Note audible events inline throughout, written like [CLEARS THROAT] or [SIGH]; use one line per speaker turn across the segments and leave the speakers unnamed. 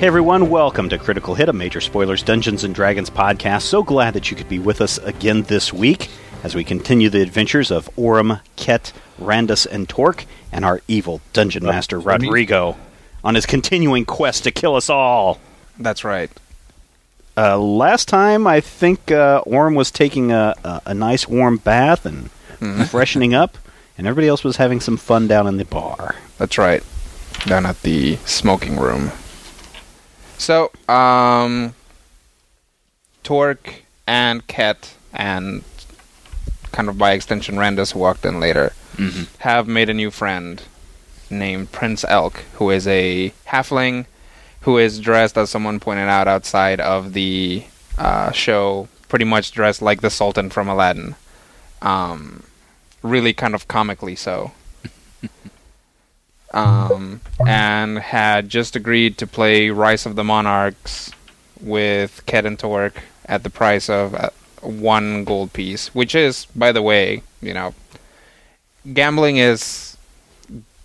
Hey everyone, welcome to Critical Hit, a major spoilers Dungeons and Dragons podcast. So glad that you could be with us again this week as we continue the adventures of Orim, Ket, Randus, and Torque, and our evil dungeon master Rodrigo on his continuing quest to kill us all.
That's right.
Uh, last time, I think uh, Orm was taking a, a, a nice warm bath and freshening up, and everybody else was having some fun down in the bar.
That's right. Down at the smoking room. So, um, Torque and Cat and kind of by extension Randus who walked in later have made a new friend named Prince Elk, who is a halfling who is dressed, as someone pointed out outside of the uh, show, pretty much dressed like the Sultan from Aladdin. Um, really kind of comically so. um, and had just agreed to play Rise of the Monarchs with Ket and Torque at the price of uh, one gold piece, which is, by the way, you know, gambling is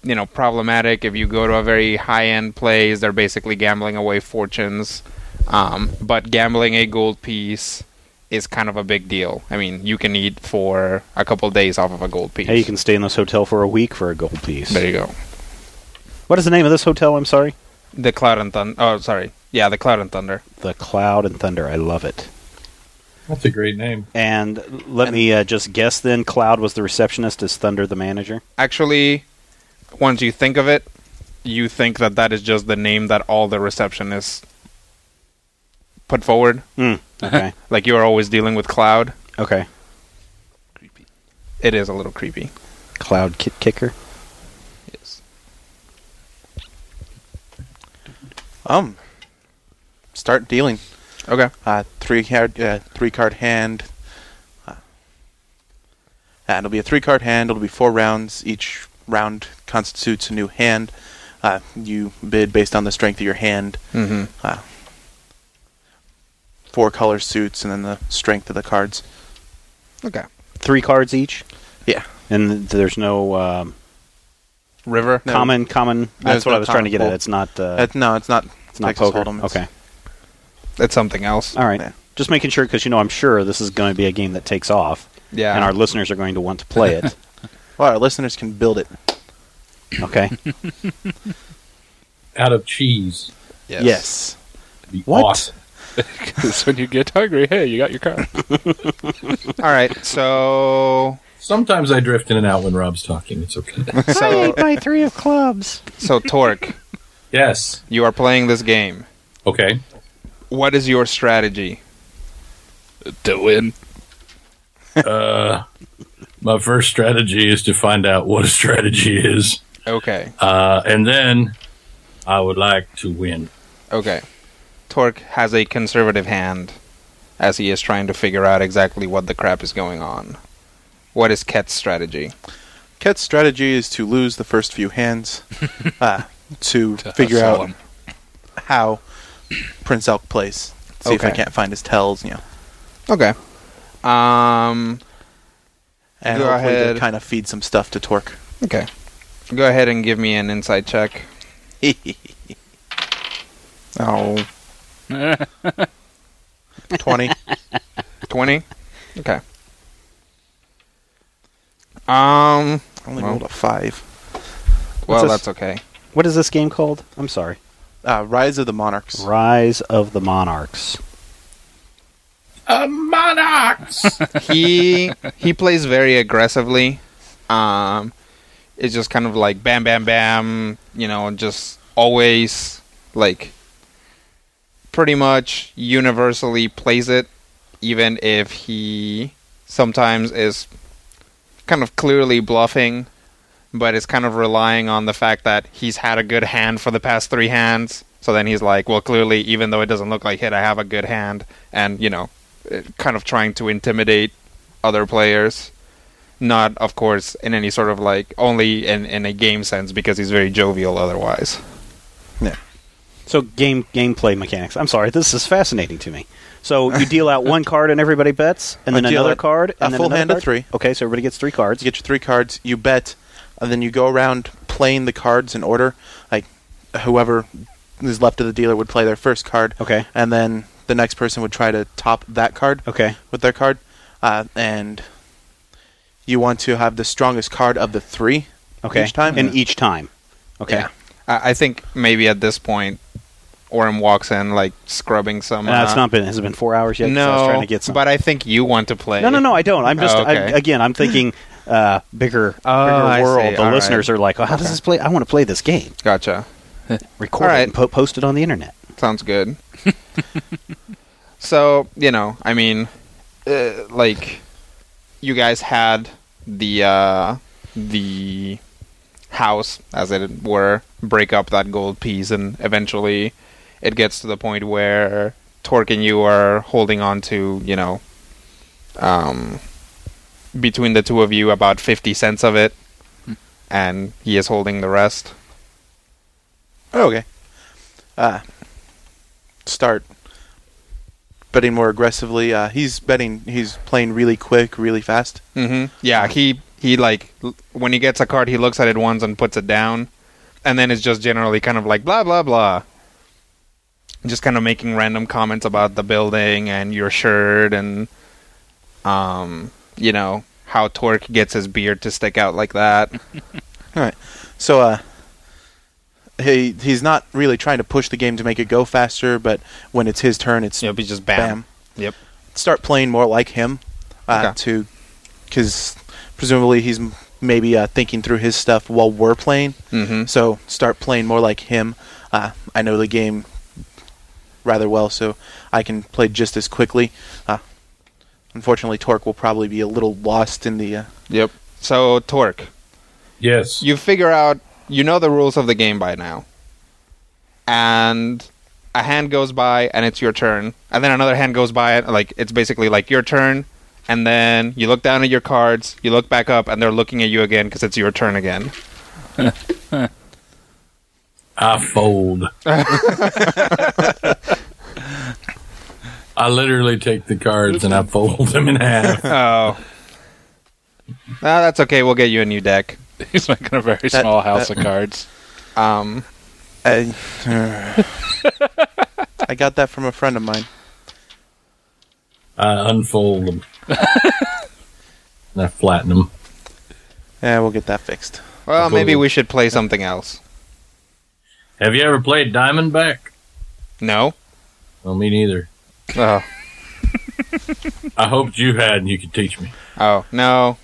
you know problematic if you go to a very high end place they're basically gambling away fortunes um, but gambling a gold piece is kind of a big deal i mean you can eat for a couple days off of a gold piece
Hey, you can stay in this hotel for a week for a gold piece.
there you go
What is the name of this hotel? I'm sorry.
the cloud and thunder oh sorry yeah the cloud and thunder
The Cloud and Thunder. I love it.
That's a great name.
And let me uh, just guess then Cloud was the receptionist, is Thunder the manager?
actually once you think of it you think that that is just the name that all the receptionists put forward
Hmm.
Mm.
[LAUGHS]
Okay.
like you're always dealing with cloud
okay.
Creepy.
it is a little creepy
Cloud ki- kicker.
yes
Um, start dealing.
okay
Uh, three card, uh, three card hand. Uh, uh, it'll be a three card hand. It'll be four rounds. Each round constitutes a new hand. Uh, you bid based on the strength of your hand.
mm-hmm
Uh, four color suits, and then the strength of the cards.
okay
Three cards each?
Yeah.
And th- there's no um,
river
No.
common, common. That's
There's
what
no
I was trying to get
common
at. It's not, uh,
Uh, no, it's not.
it's not
Texas
poker.
Hold'em. It's-
Okay.
it's something else
All right.
Yeah.
Just making sure, because, you know, I'm sure this is going to be a game that takes off,
yeah
and our listeners are going to want to play
[LAUGHS]
it.
Well, our listeners can build it.
Okay.
Out of cheese.
yes,
It'd be
What?
awesome.
Because when you get hungry, hey, you got your car.
[LAUGHS] all right so
Sometimes I drift in and out when Rob's talking. It's okay.
[LAUGHS]
so
my three of clubs.
so torque
yes.
you are playing this game
Okay.
what is your strategy
to win.
Uh, my first strategy is to find out what a strategy is,
okay
uh, and then I would like to win.
Okay. Torque has a conservative hand as he is trying to figure out exactly what the crap is going on. What is Ket's strategy?
Ket's strategy is to lose the first few hands uh, to, figure out
hustle 'em.
how Prince Elk plays. See if I
Okay.
can't find his tells, you know.
Okay. Um
And
Go
hopefully
ahead.
to kind of feed some stuff
[LAUGHS]
to Torque.
okay. Go ahead and give me an insight check. [LAUGHS] Oh,
Twenty.
20? Okay. Um
only
Well.
rolled a five.
well,
this?
that's okay.
What is this game called? I'm sorry.
Uh, Rise of the Monarchs.
Rise of the Monarchs.
A monarchs.
he he plays very aggressively. Um, it's just kind of like bam, bam, bam. You know, just always like pretty much universally plays it, even if he sometimes is kind of clearly bluffing, but is kind of relying on the fact that he's had a good hand for the past three hands. So then he's like, well, clearly, even though it doesn't look like it, I have a good hand, and you know, eh, kind of trying to intimidate other players. Not, of course, in any sort of like only in in a game sense because he's very jovial otherwise.
So game gameplay mechanics. I'm sorry, this is fascinating to me. So you deal out one card and everybody bets, and
I
then
deal
another
out
card,
a
and then
full
another
hand of
card?
three.
Okay, so everybody gets three cards.
You get your three cards, you bet, and then you go around playing the cards in order. Like whoever is left to the dealer would play their first card,
Okay.
and then the next person would try to top that card
Okay.
with their card, uh, and you want to have the strongest card of the three.
Okay.
Each time?
And e- each time. Okay.
Yeah.
I, I think maybe at this point, Orem walks in like scrubbing some.
Uh, it's
uh,
not been. Has it been four hours yet? 'Cause
No,
I was trying to get some.
but I think you want to play.
no, no, no. I don't. I'm just.
Oh, okay.
I, again, I'm thinking uh,
[LAUGHS]
bigger,
Oh, I
bigger world.
see.
The
All right.
listeners are like, oh, "How does this play? I want to play this game.
Gotcha.
Record
All
it
right.
and po- post it on the internet."
Sounds good. so you know, I mean, uh, like, you guys had the uh, the house, as it were, break up that gold piece, and eventually, it gets to the point where Torque and you are holding on to, you know, um, between the two of you, about fifty cents of it, and he is holding the rest.
Oh, okay. Uh, start betting more aggressively. Uh, he's betting. He's playing really quick, really fast.
hmm Yeah, he he like l- when he gets a card, he looks at it once and puts it down, and then it's just generally kind of like blah blah blah, just kind of making random comments about the building and your shirt and, um, you know how Torque gets his beard to stick out like that.
So uh, he he's not really trying to push the game to make it go faster, but when it's his turn, it's
It'll be just bam. Yep.
Start playing more like him uh,
Okay.
to because presumably he's m- maybe uh, thinking through his stuff while we're playing.
hmm
So start playing more like him. Uh, I know the game rather well, so I can play just as quickly. Uh, unfortunately, Torque will probably be a little lost in the. Uh,
Yep. So Torque,
Yes.
you figure out you know the rules of the game by now and a hand goes by and it's your turn and then another hand goes by and like it's basically like your turn and then you look down at your cards you look back up and they're looking at you again because it's your turn again
I fold. I literally take the cards and I fold them in half.
oh no, that's okay we'll get you a new deck
He's making a very
That-
small house
[LAUGHS]
of cards.
um
I, I got that from a friend of mine.
I unfold them. and I flatten them.
Yeah, we'll get that fixed.
well maybe
Cool.
we should play something else
Have you ever played Diamondback?
no
Well, me neither.
oh
I hoped you had and you could teach me.
oh no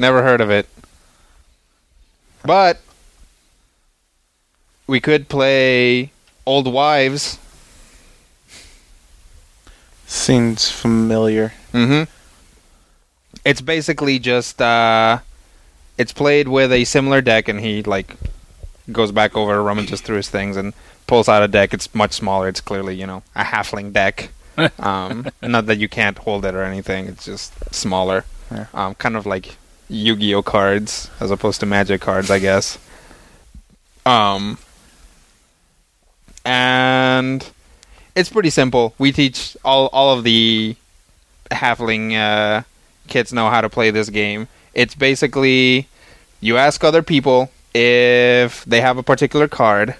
never heard of it but we could play old wives
Seems familiar.
hmm It's basically just uh, it's played with a similar deck, and he like goes back over, rummages through his things, and pulls out a deck. It's much smaller. It's clearly you know a halfling deck. um, not that you can't hold it or anything. It's just smaller.
Yeah.
Um, kind of like Yu-Gi-Oh cards as opposed to Magic cards, I guess. Um, and it's pretty simple. We teach all all of the halfling uh, kids know how to play this game. It's basically you ask other people if they have a particular card.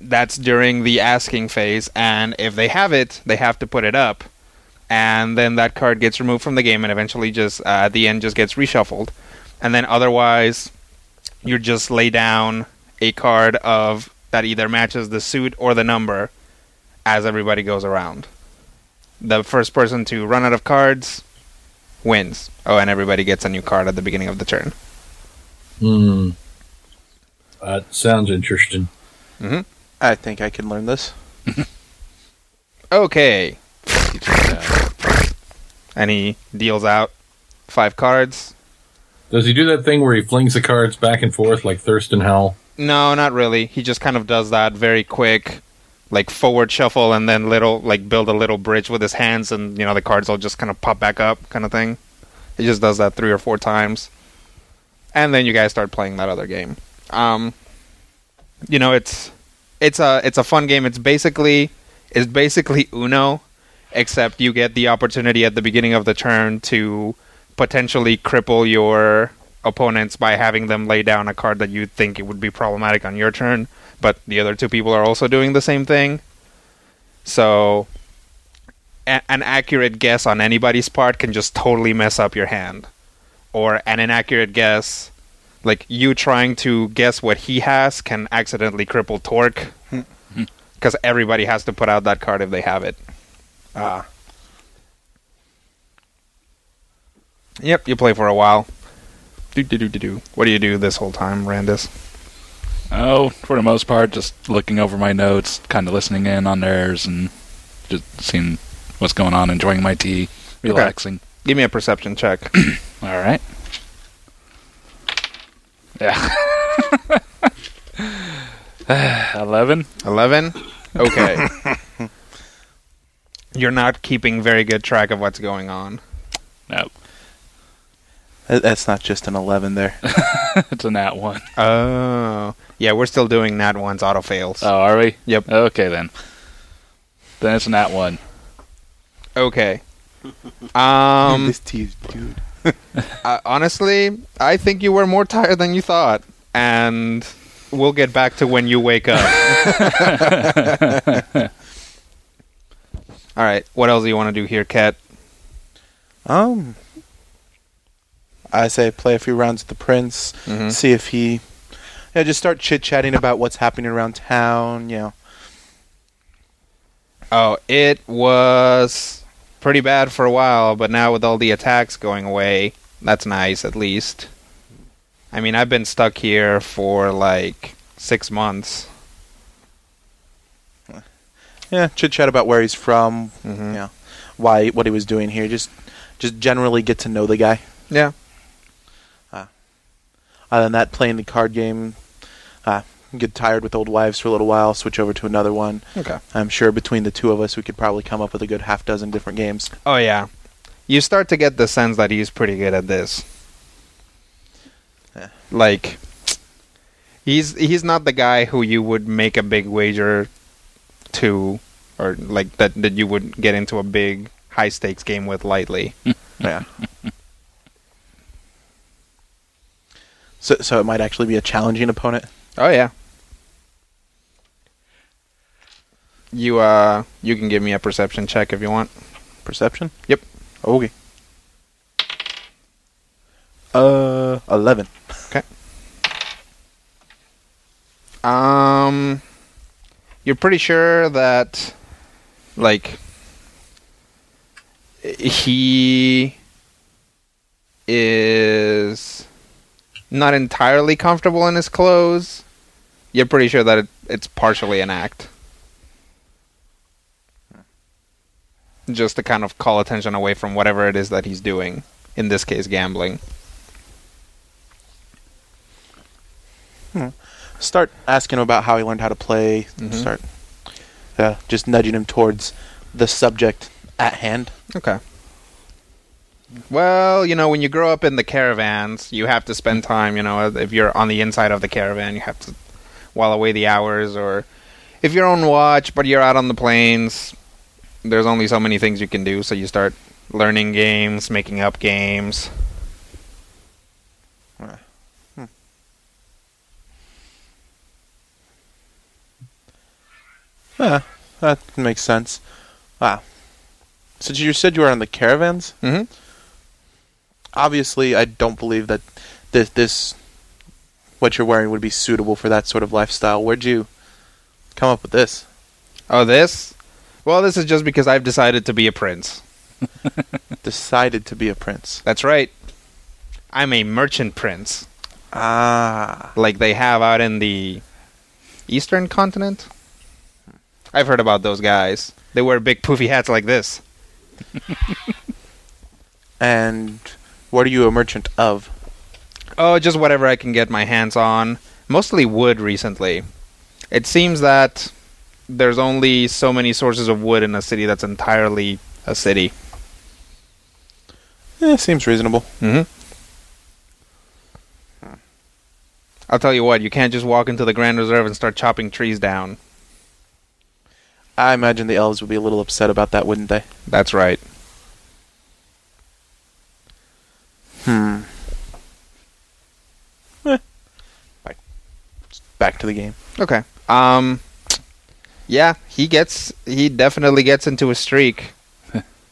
That's during the asking phase, and if they have it, they have to put it up, and then that card gets removed from the game, and eventually just uh, at the end just gets reshuffled, and then otherwise you just lay down a card of that either matches the suit or the number as everybody goes around the first person to run out of cards wins. Oh, and everybody gets a new card at the beginning of the turn.
Hmm. That sounds interesting.
I think I can learn this.
Okay. And he deals out five cards.
Does he do that thing where he flings the cards back and forth like Thurston Howell?
No, not really. He just kind of does that very quick, like forward shuffle and then little, like build a little bridge with his hands, and you know the cards will just kind of pop back up, kind of thing. He just does that three or four times, and then you guys start playing that other game. Um, you know, it's it's a it's a fun game. It's basically it's basically Uno, except you get the opportunity at the beginning of the turn to potentially cripple your opponents by having them lay down a card that you think it would be problematic on your turn, but the other two people are also doing the same thing. So, a- an accurate guess on anybody's part can just totally mess up your hand, or an inaccurate guess, like you trying to guess what he has, can accidentally cripple Torque, [LAUGHS] because everybody has to put out that card if they have it. Ah. Yep, you play for a while. Do do do do do. What do you do this whole time, Randis?
Oh, for the most part, just looking over my notes, kind of listening in on theirs, and just seeing what's going on, enjoying my tea, relaxing.
Give me a perception check.
All right. Yeah. [LAUGHS] Eleven.
Eleven. Okay. You're not keeping very good track of what's going on.
No,
That- That's not just an 11 there.
[LAUGHS] it's a nat one.
Oh, yeah, we're still doing that one's auto fails.
Oh, are we?
Yep.
Okay then. Then it's a nat one.
Okay. Um,
this tea, dude.
I, honestly, I think you were more tired than you thought, and we'll get back to when you wake up. All right. What else do you want to do here, Cat?
Um, I say play a few rounds with the prince,
Mhm.
see if he. Yeah, just start chit chatting about what's happening around town. You know,
Oh, it was pretty bad for a while, but now with all the attacks going away, that's nice at least. I mean, I've been stuck here for like six months.
yeah, chit chat about where he's from.
Mhm.
You know, why what he was doing here. Just, just generally get to know the guy. Uh,
Yeah.
Other than that, playing the card game. Uh, get tired with old wives for a little while. Switch over to another one.
Okay.
I'm sure between the two of us, we could probably come up with a good half dozen different games.
Oh, yeah. You start to get the sense that he's pretty good at this.
Yeah.
Like, he's he's not the guy who you would make a big wager to, or like that that you would get into a big high stakes game with lightly.
Yeah. so, so it might actually be a challenging opponent.
Oh yeah. You uh you can give me a perception check if you want.
Perception?
Yep.
Okay. Uh, 11.
Um you're pretty sure that like he is not entirely comfortable in his clothes. You're pretty sure that it, it's partially an act. Just to kind of call attention away from whatever it is that he's doing. In this case, gambling.
Start asking him about how he learned how to play. Start uh, just nudging him towards the subject at hand.
Okay. Well, you know, when you grow up in the caravans, you have to spend time, you know, if you're on the inside of the caravan, you have to while away the hours, or if you're on watch but you're out on the plains, there's only so many things you can do, so you start learning games, making up games.
Yeah, that makes sense. Wow. So you said you were on the caravans?
hmm
Obviously, I don't believe that this, this what you're wearing would be suitable for that sort of lifestyle. Where'd you come up with [LAUGHS] this?
Oh, this? Well, this is just because I've decided to be a prince.
Decided to be a prince.
That's right. I'm a merchant prince,
Ah.
like they have out in the eastern continent. I've heard about those guys. They wear big poofy hats like this.
And what are you a merchant of?
Oh, just whatever I can get my hands on. Mostly wood recently. It seems that there's only so many sources of wood in a city that's entirely a city.
Eh, seems reasonable.
Mm-hmm. I'll tell you what, you can't just walk into the Grand Reserve and start chopping trees down.
I imagine the elves would be a little upset about that, wouldn't they?
That's right.
Hmm. Back to the game.
Okay. Um, yeah, he gets he definitely gets into a [LAUGHS] streak,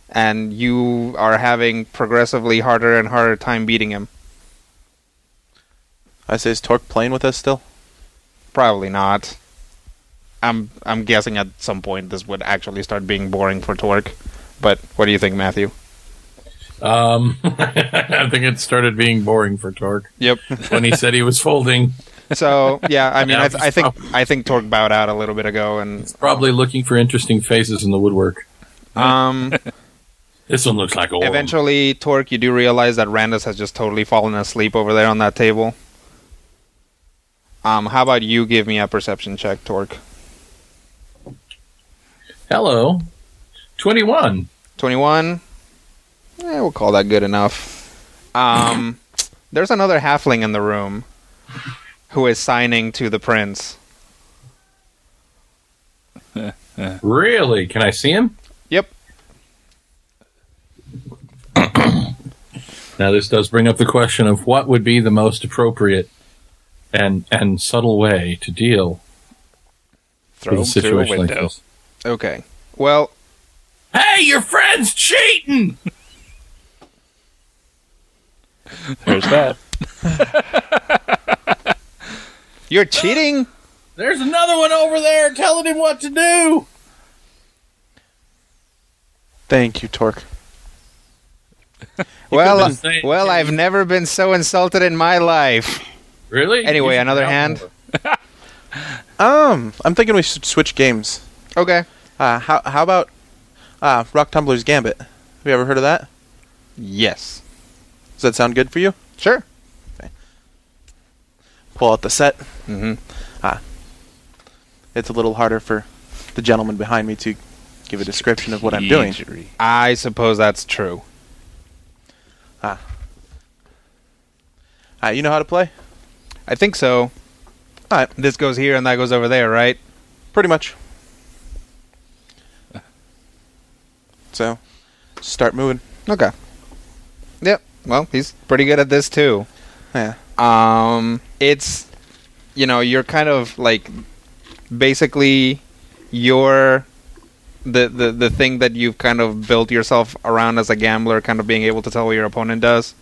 and you are having progressively harder and harder time beating him.
I say, is Torque playing with us still?
Probably not. I'm I'm guessing at some point this would actually start being boring for Torque. But what do you think, Matthew?
Um, [LAUGHS] I think it started being boring for Torque
Yep.
when he said he was folding.
So yeah, [LAUGHS] I mean, I, th-
Yeah,
I think
probably.
I think Torque bowed out a little bit ago, and
Probably looking for interesting faces in the woodwork.
um,
This one looks like a
eventually, Torque, you do realize that Randus has just totally fallen asleep over there on that table. Um, how about you give me a perception check, Torque?
Hello, twenty-one.
Twenty-one. Eh, we'll call that good enough.
[LAUGHS]
Um, there's another halfling in the room who is signing to the prince.
Really? Can I see him?
Yep.
Now, this does bring up the question of what would be the most appropriate and and subtle way to deal with
Throw
a
him through a
situation like
window.
this.
Okay. Well,
Hey, your friend's cheating.
There's that.
you're
Ah.
cheating.
There's another one over there telling him what to do.
Thank you, Torque.
Well,
could've been
uh,
saying-
well, I've never been so insulted in my
[LAUGHS]
life.
Really?
Anyway,
He's
another
out
hand.
for it.
Um, I'm thinking we should switch games.
Okay.
Uh, how how about uh, Rock Tumbler's Gambit? Have you ever heard of that?
Yes.
Does that sound good for you?
Sure.
Pull out the set.
Mm-hmm.
Ah. It's a little harder for the gentleman behind me to give a description of [LAUGHS] what I'm doing.
I suppose that's true.
Uh, you know how to play?
I think so. All right. This goes here and that goes over there, right?
Pretty [LAUGHS] much. So, start moving.
Okay. Yep. Well, he's pretty good at this too.
Yeah.
Um, it's you know you're kind of like basically your the, the the thing that you've kind of built yourself around as a gambler, kind of being able to tell what your opponent does.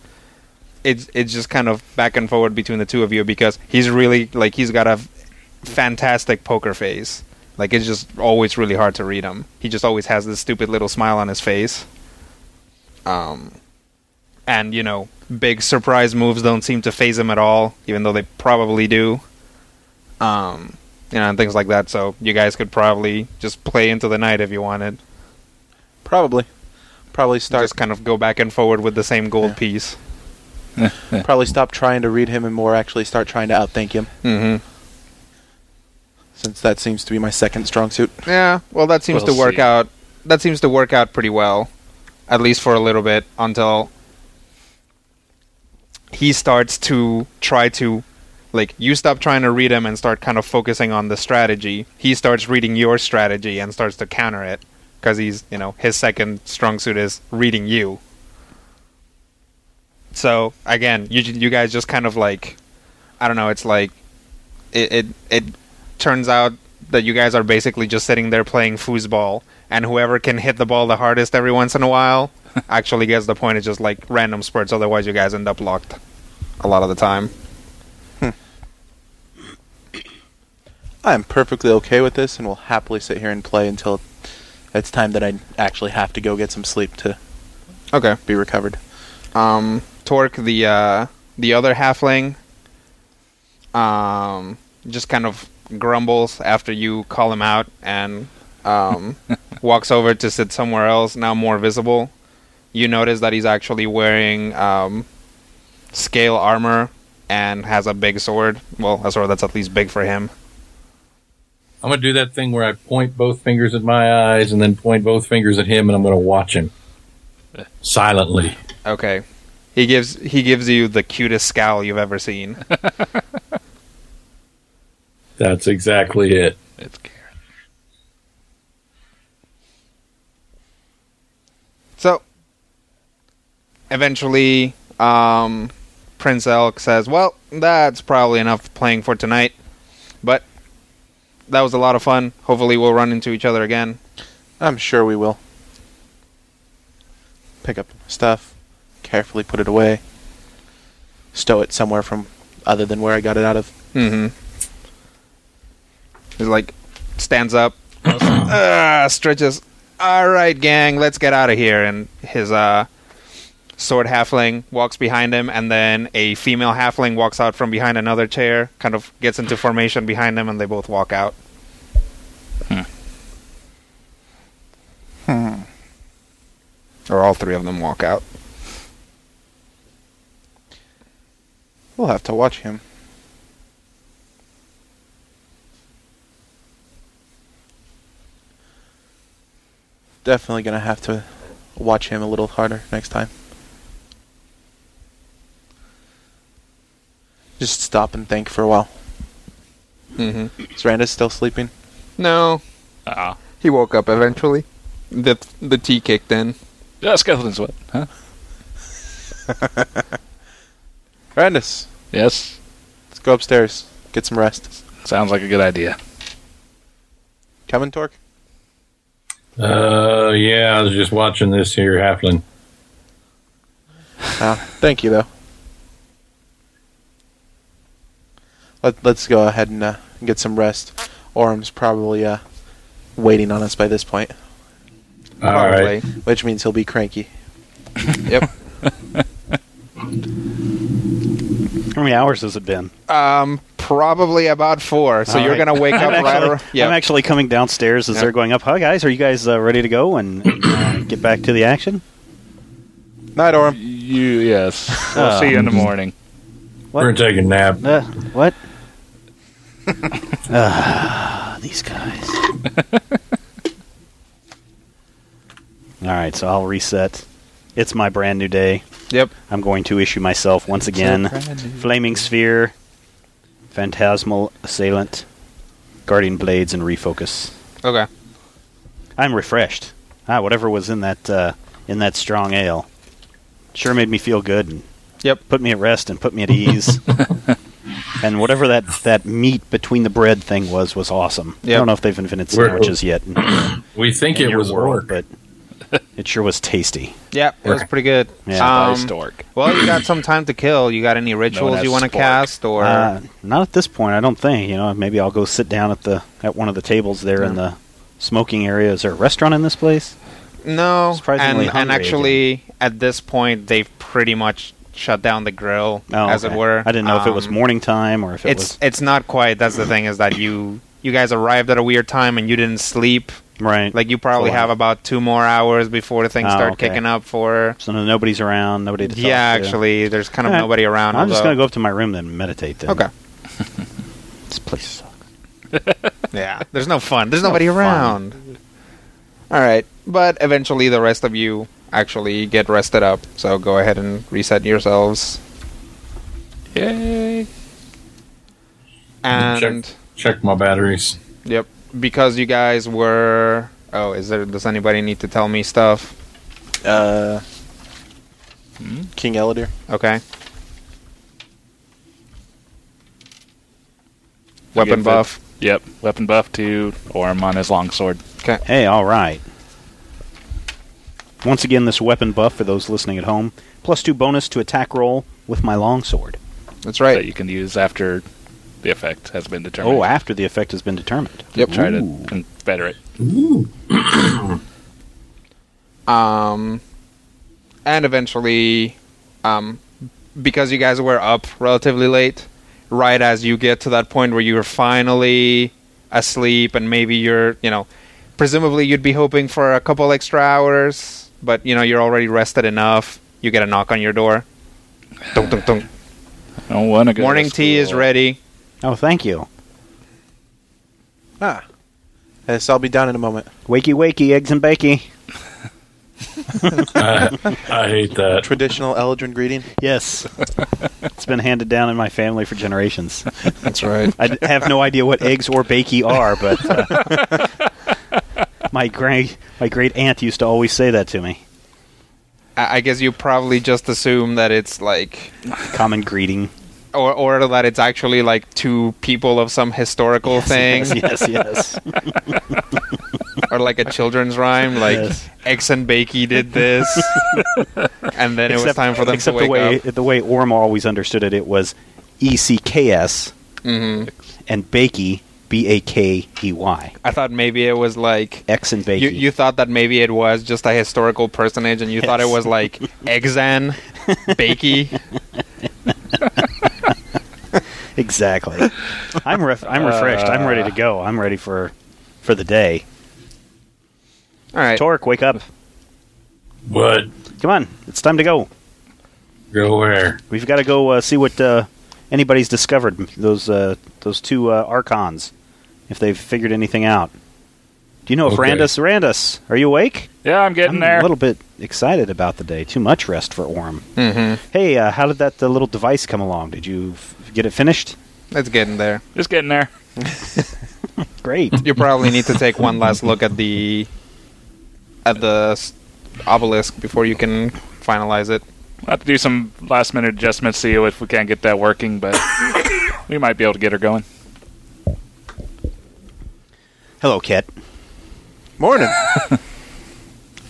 It's it's just kind of back and forward between the two of you because he's really like he's got a f- fantastic poker face. Like it's just always really hard to read him. He just always has this stupid little smile on his face. Um, and you know big surprise moves don't seem to phase him at all even though they probably do um you know and things like that so you guys could probably just play into the night if you wanted
Probably. Probably start.
just kind of go back and forward with the same gold piece
Probably stop trying to read him and more actually start trying to outthink him,
mm-hmm
since that seems to be my second strong suit.
yeah well that seems
We'll
to work
see.
out that seems to work out pretty well at least for a little bit until he starts to try to like you stop trying to read him and start kind of focusing on the strategy he starts reading your strategy and starts to counter it because he's you know his second strong suit is reading you so again you you guys just kind of like i don't know it's like it it, it turns out that you guys are basically just sitting there playing foosball and whoever can hit the ball the hardest every once in a while actually gets the point it's just like random spurts otherwise you guys end up locked a lot of the time
I'm perfectly okay with this and will happily sit here and play until it's time that I actually have to go get some sleep to
okay
be recovered.
um, Torque, the uh, the other halfling, um, just kind of grumbles after you call him out and um, walks over to sit somewhere else, now more visible. You notice that he's actually wearing um, scale armor and has a big sword. Well, a sword that's at least big for him.
I'm gonna do that thing where I point both fingers at my eyes and then point both fingers at him, and I'm gonna watch him silently.
Okay. He gives he gives you the cutest scowl you've ever seen.
That's exactly it.
It's Karen.
So eventually, um, Prince Elk says, "Well, that's probably enough playing for tonight." But that was a lot of fun. Hopefully, we'll run into each other again.
I'm sure we will. Pick up stuff, carefully put it away, stow it somewhere from other than where I got it out of.
Mm-hmm. He's like, stands up, uh, stretches. All right, gang, let's get out of here. And his uh, sword halfling walks behind him, and then a female halfling walks out from behind another chair, kind of gets into formation behind them, and they both walk out. Hmm. Or all three of them walk out.
We'll have to watch him. Definitely gonna have to watch him a little harder next time. Just stop and think for a while.
Mm-hmm.
Is Randus still sleeping?
No,
Ah,
he woke up eventually. The the tea kicked in.
yeah, skeletons. What? Huh?
Randus,
Yes.
let's go upstairs. Get some rest.
Sounds like a good idea.
Coming, Torque?
Uh, yeah, I was just watching this here, Halfling.
Uh, thank you, though. Let, let's go ahead and uh, get some rest. Orm's probably uh, waiting on us by this point,
All right.
which means he'll be cranky.
Yep.
How many hours has it been?
Um, probably about four. So
All
you're
right.
gonna wake up
[LAUGHS] I'm
right
actually,
around. Yeah.
I'm actually coming downstairs as
Yeah.
they're going up. Hi, guys. Are you guys uh, ready to go and, and, uh, get back to the action?
Night, Orm.
You yes. We'll
Oh.
see you in the morning.
We're going to take a nap.
Uh, what? [LAUGHS] Ah, these guys. All right, so I'll reset. It's my brand new day.
Yep.
I'm going to issue myself once again Flaming Sphere, Phantasmal Assailant, Guardian Blades, and Refocus.
Okay.
I'm refreshed. Ah, whatever was in that uh, in that strong ale sure made me feel good and
Yep.
put me at rest and put me at
[LAUGHS]
ease. and whatever that, that meat between the bread thing was was awesome. I
Yep.
don't know if they've invented
We're-
sandwiches
[CLEARS THROAT]
yet. In,
We think
in
it
your
was
world,
work.
but it sure was tasty.
Yeah, it was pretty good.
Yeah.
Um, well, you got some time to kill. You got any rituals
has
you want to
spork.
cast or?
Uh, not at this point, I don't think. You know, maybe I'll go sit down at the at one of the tables there in the smoking area. Is there a restaurant in this place?
no.
surprisingly
and, and
hungry
actually, at this point, they've pretty much shut down the grill,
Oh,
as
okay.
it were.
I didn't know if it was
Um,
morning time or if it
It's it's not quite. That's the thing is that you you guys arrived at a weird time and you didn't sleep.
was right.
Like you probably
Full
have
hour.
about two more hours before things
Oh,
start
okay.
kicking up for.
so nobody's around. Nobody. To talk
Yeah,
to.
actually, there's kind of
Alright.
nobody around.
I'm just
although-
gonna go up to my room then and meditate. Then
Okay.
this place sucks.
Yeah. There's no fun. There's nobody
fun.
around. All right. But eventually the rest of you actually get rested up. So go ahead and reset yourselves.
Yay.
And
Check my batteries.
yep, because you guys were Oh, is there does anybody need to tell me stuff?
Uh, King Eladir.
Okay. Weapon
the-
buff.
Yep. Weapon buff to Orm on his longsword.
Okay.
Hey, all right. Once again, this weapon buff for those listening at home: plus two bonus to attack roll with my longsword.
That's
That
right.
you can use after the effect has been determined.
Oh, after the effect has been determined.
Yep.
Try
Ooh.
to confederate.
Um, and eventually, um, because you guys were up relatively late, right as you get to that point where you're finally asleep and maybe you're, you know, presumably you'd be hoping for a couple extra hours, but, you know, you're already rested enough. You get a knock on your door. Dunk, dunk, dunk.
I don't want to go. to
Morning tea is
school.
ready.
Oh, thank you.
Ah. Yes, I'll be down in a moment.
Wakey, wakey, eggs and bakey.
I hate that.
Traditional Eldrin greeting.
[LAUGHS]
Yes, it's been handed down in my family for generations.
That's right.
I d- have no idea what eggs or bakey are, but uh,
[LAUGHS]
my great my great aunt used to always say that to me.
I I guess you probably just assume that it's like
Common greeting.
or or that it's actually like two people of some historical thing,
yes, [LAUGHS] yes.
or like a
[LAUGHS]
children's rhyme, like
Yes.
X and Bakey
[LAUGHS]
did this, and then it was time for them to
except
wake
the way
up.
the way Orm always understood it, it was E C K S [LAUGHS]
Mhm.
and Bakey B A K E Y
I thought maybe it was like
X and Bakey.
You, you thought that maybe it was just a historical personage, and you thought it
Yes.
was like Exan,
[LAUGHS]
Bakey.
[LAUGHS] exactly. I'm ref- I'm refreshed. I'm ready to go. I'm ready for for the day.
All right,
Torque, wake up!
What?
Come on, it's time to go.
Go where?
We've got to go uh, see what uh, anybody's discovered. Those uh, those two uh, archons, if they've figured anything out. Do you know if
Okay.
Randus? Randus, are you awake?
[LAUGHS] Yeah, I'm getting
I'm
there.
a little bit excited about the day. Too much rest for Orm.
Mhm.
Hey, uh, how did that uh, little device come along? Did you f- get it finished?
let's get in there.
Just getting there.
Great.
Hmm.
You probably need to take one last look at the at the s- obelisk before you can finalize it.
We'll have to do some last minute adjustments, see if we can't get that
[LAUGHS]
working, but we might be able to get her going.
Hello, Kit.
Morning.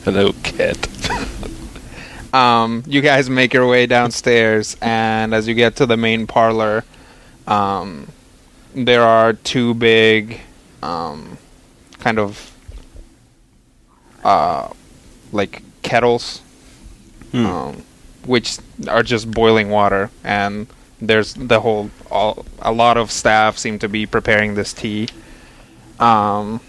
Hello, Kit.
Um, you guys make your way downstairs, and as you get to the main parlor, um, there are two big, um, kind of, uh, like kettles,
Hmm.
um, which are just boiling water, and there's the whole, all, a lot of staff seem to be preparing this tea. Um,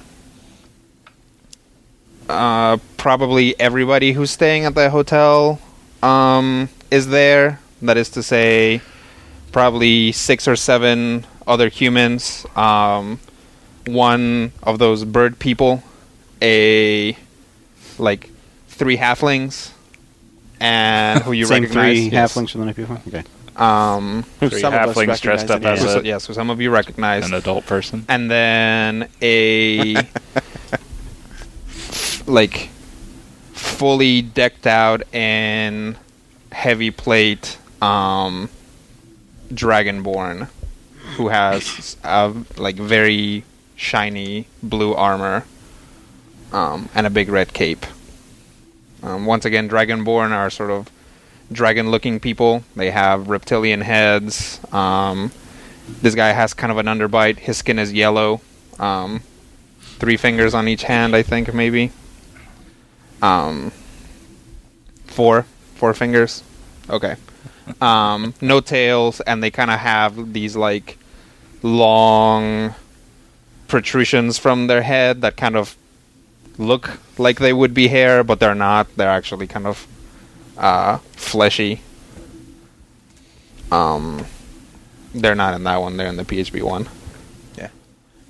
uh, probably everybody who's staying at the hotel um, is there. That is to say, probably six or seven other humans, um, one of those bird people, a like three halflings, and who you
[LAUGHS] Same three
recognize.
halflings from the night before. Okay.
Um,
Three halflings dressed up
who
as
so-
a,
yes, who some of you recognize
an adult person.
and then a like fully decked out in heavy plate um dragonborn who has a like very shiny blue armor um and a big red cape um, once again dragonborn are sort of dragon looking people they have reptilian heads um this guy has kind of an underbite. His skin is yellow. Um, three fingers on each hand, I think, maybe. Um, four, four fingers. Okay. Um, no tails, and they kind of have these like long protrusions from their head that kind of look like they would be hair, but they're not. They're actually kind of uh, fleshy. Um, they're not in that one. They're in the PHB one
yeah.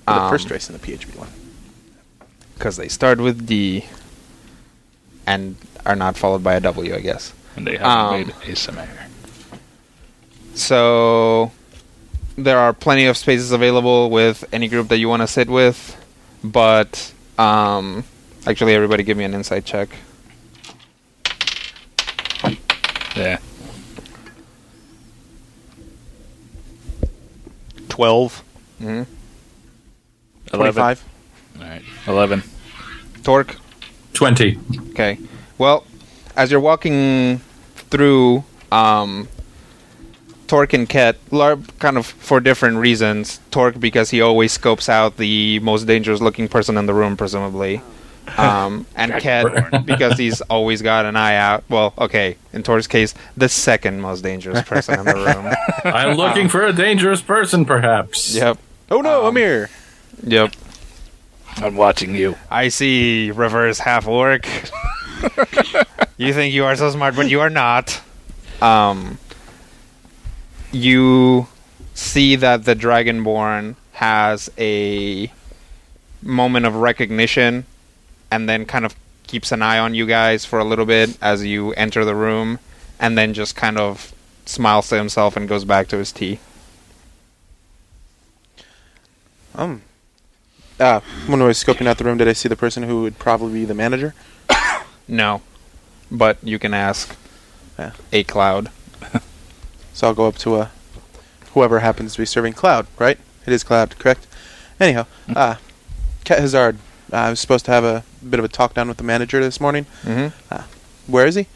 We're the
Um,
first race in the PHB one.
because they start with D and are not followed by a W, I guess.
And they haven't
Um,
made ASMR.
So there are plenty of spaces available with any group that you want to sit with, but um, actually, everybody, give me an insight check.
Yeah.
Twelve.
hmm
25.
All right. 11.
Torque.
20.
Okay. Well, as you're walking through um, Torque and Ket, lar- kind of for different reasons. Torque because he always scopes out the most dangerous looking person in the room, presumably. Um, and Ket because he's always got an eye out. Well, okay, in Torque's case, the second most dangerous person in the room.
[LAUGHS] I'm looking for a dangerous
[LAUGHS]
person, perhaps.
yep.
Oh no, I'm here.
Yep.
I'm watching you.
I see reverse half orc. [LAUGHS] you think you are so smart, but you are not. Um, you see that the Dragonborn has a moment of recognition and then kind of keeps an eye on you guys for a little bit as you enter the room and then just kind of smiles to himself and goes back to his tea.
Um. Uh, when I was scoping out the room, did I see the person who would probably be the manager?
No. But you can ask
Yeah.
a cloud.
So I'll go up to a. whoever happens to be serving Cloud, right? It is Cloud, correct? Anyhow, uh, Cat Hazard, uh, I was supposed to have a bit of a talk down with the manager this morning. Uh,
Mm-hmm.
Where is he?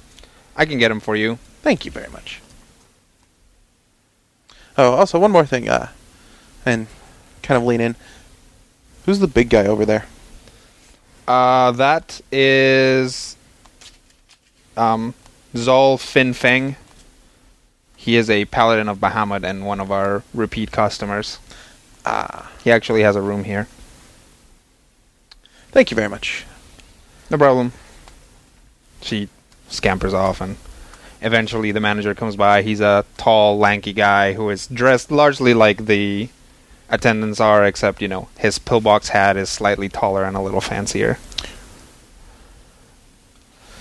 I can get him for you.
Thank you very much. Oh, also one more thing, uh, and kind of lean in. Who's the big guy over there?
Uh, that is um, Zol Finfeng. He is a paladin of Bahamut and one of our repeat customers. Ah, he actually has a room here.
Thank you very much.
No problem. She scampers off, and eventually the manager comes by. He's a tall, lanky guy who is dressed largely like the attendants are, except, you know, his pillbox hat is slightly taller and a little fancier.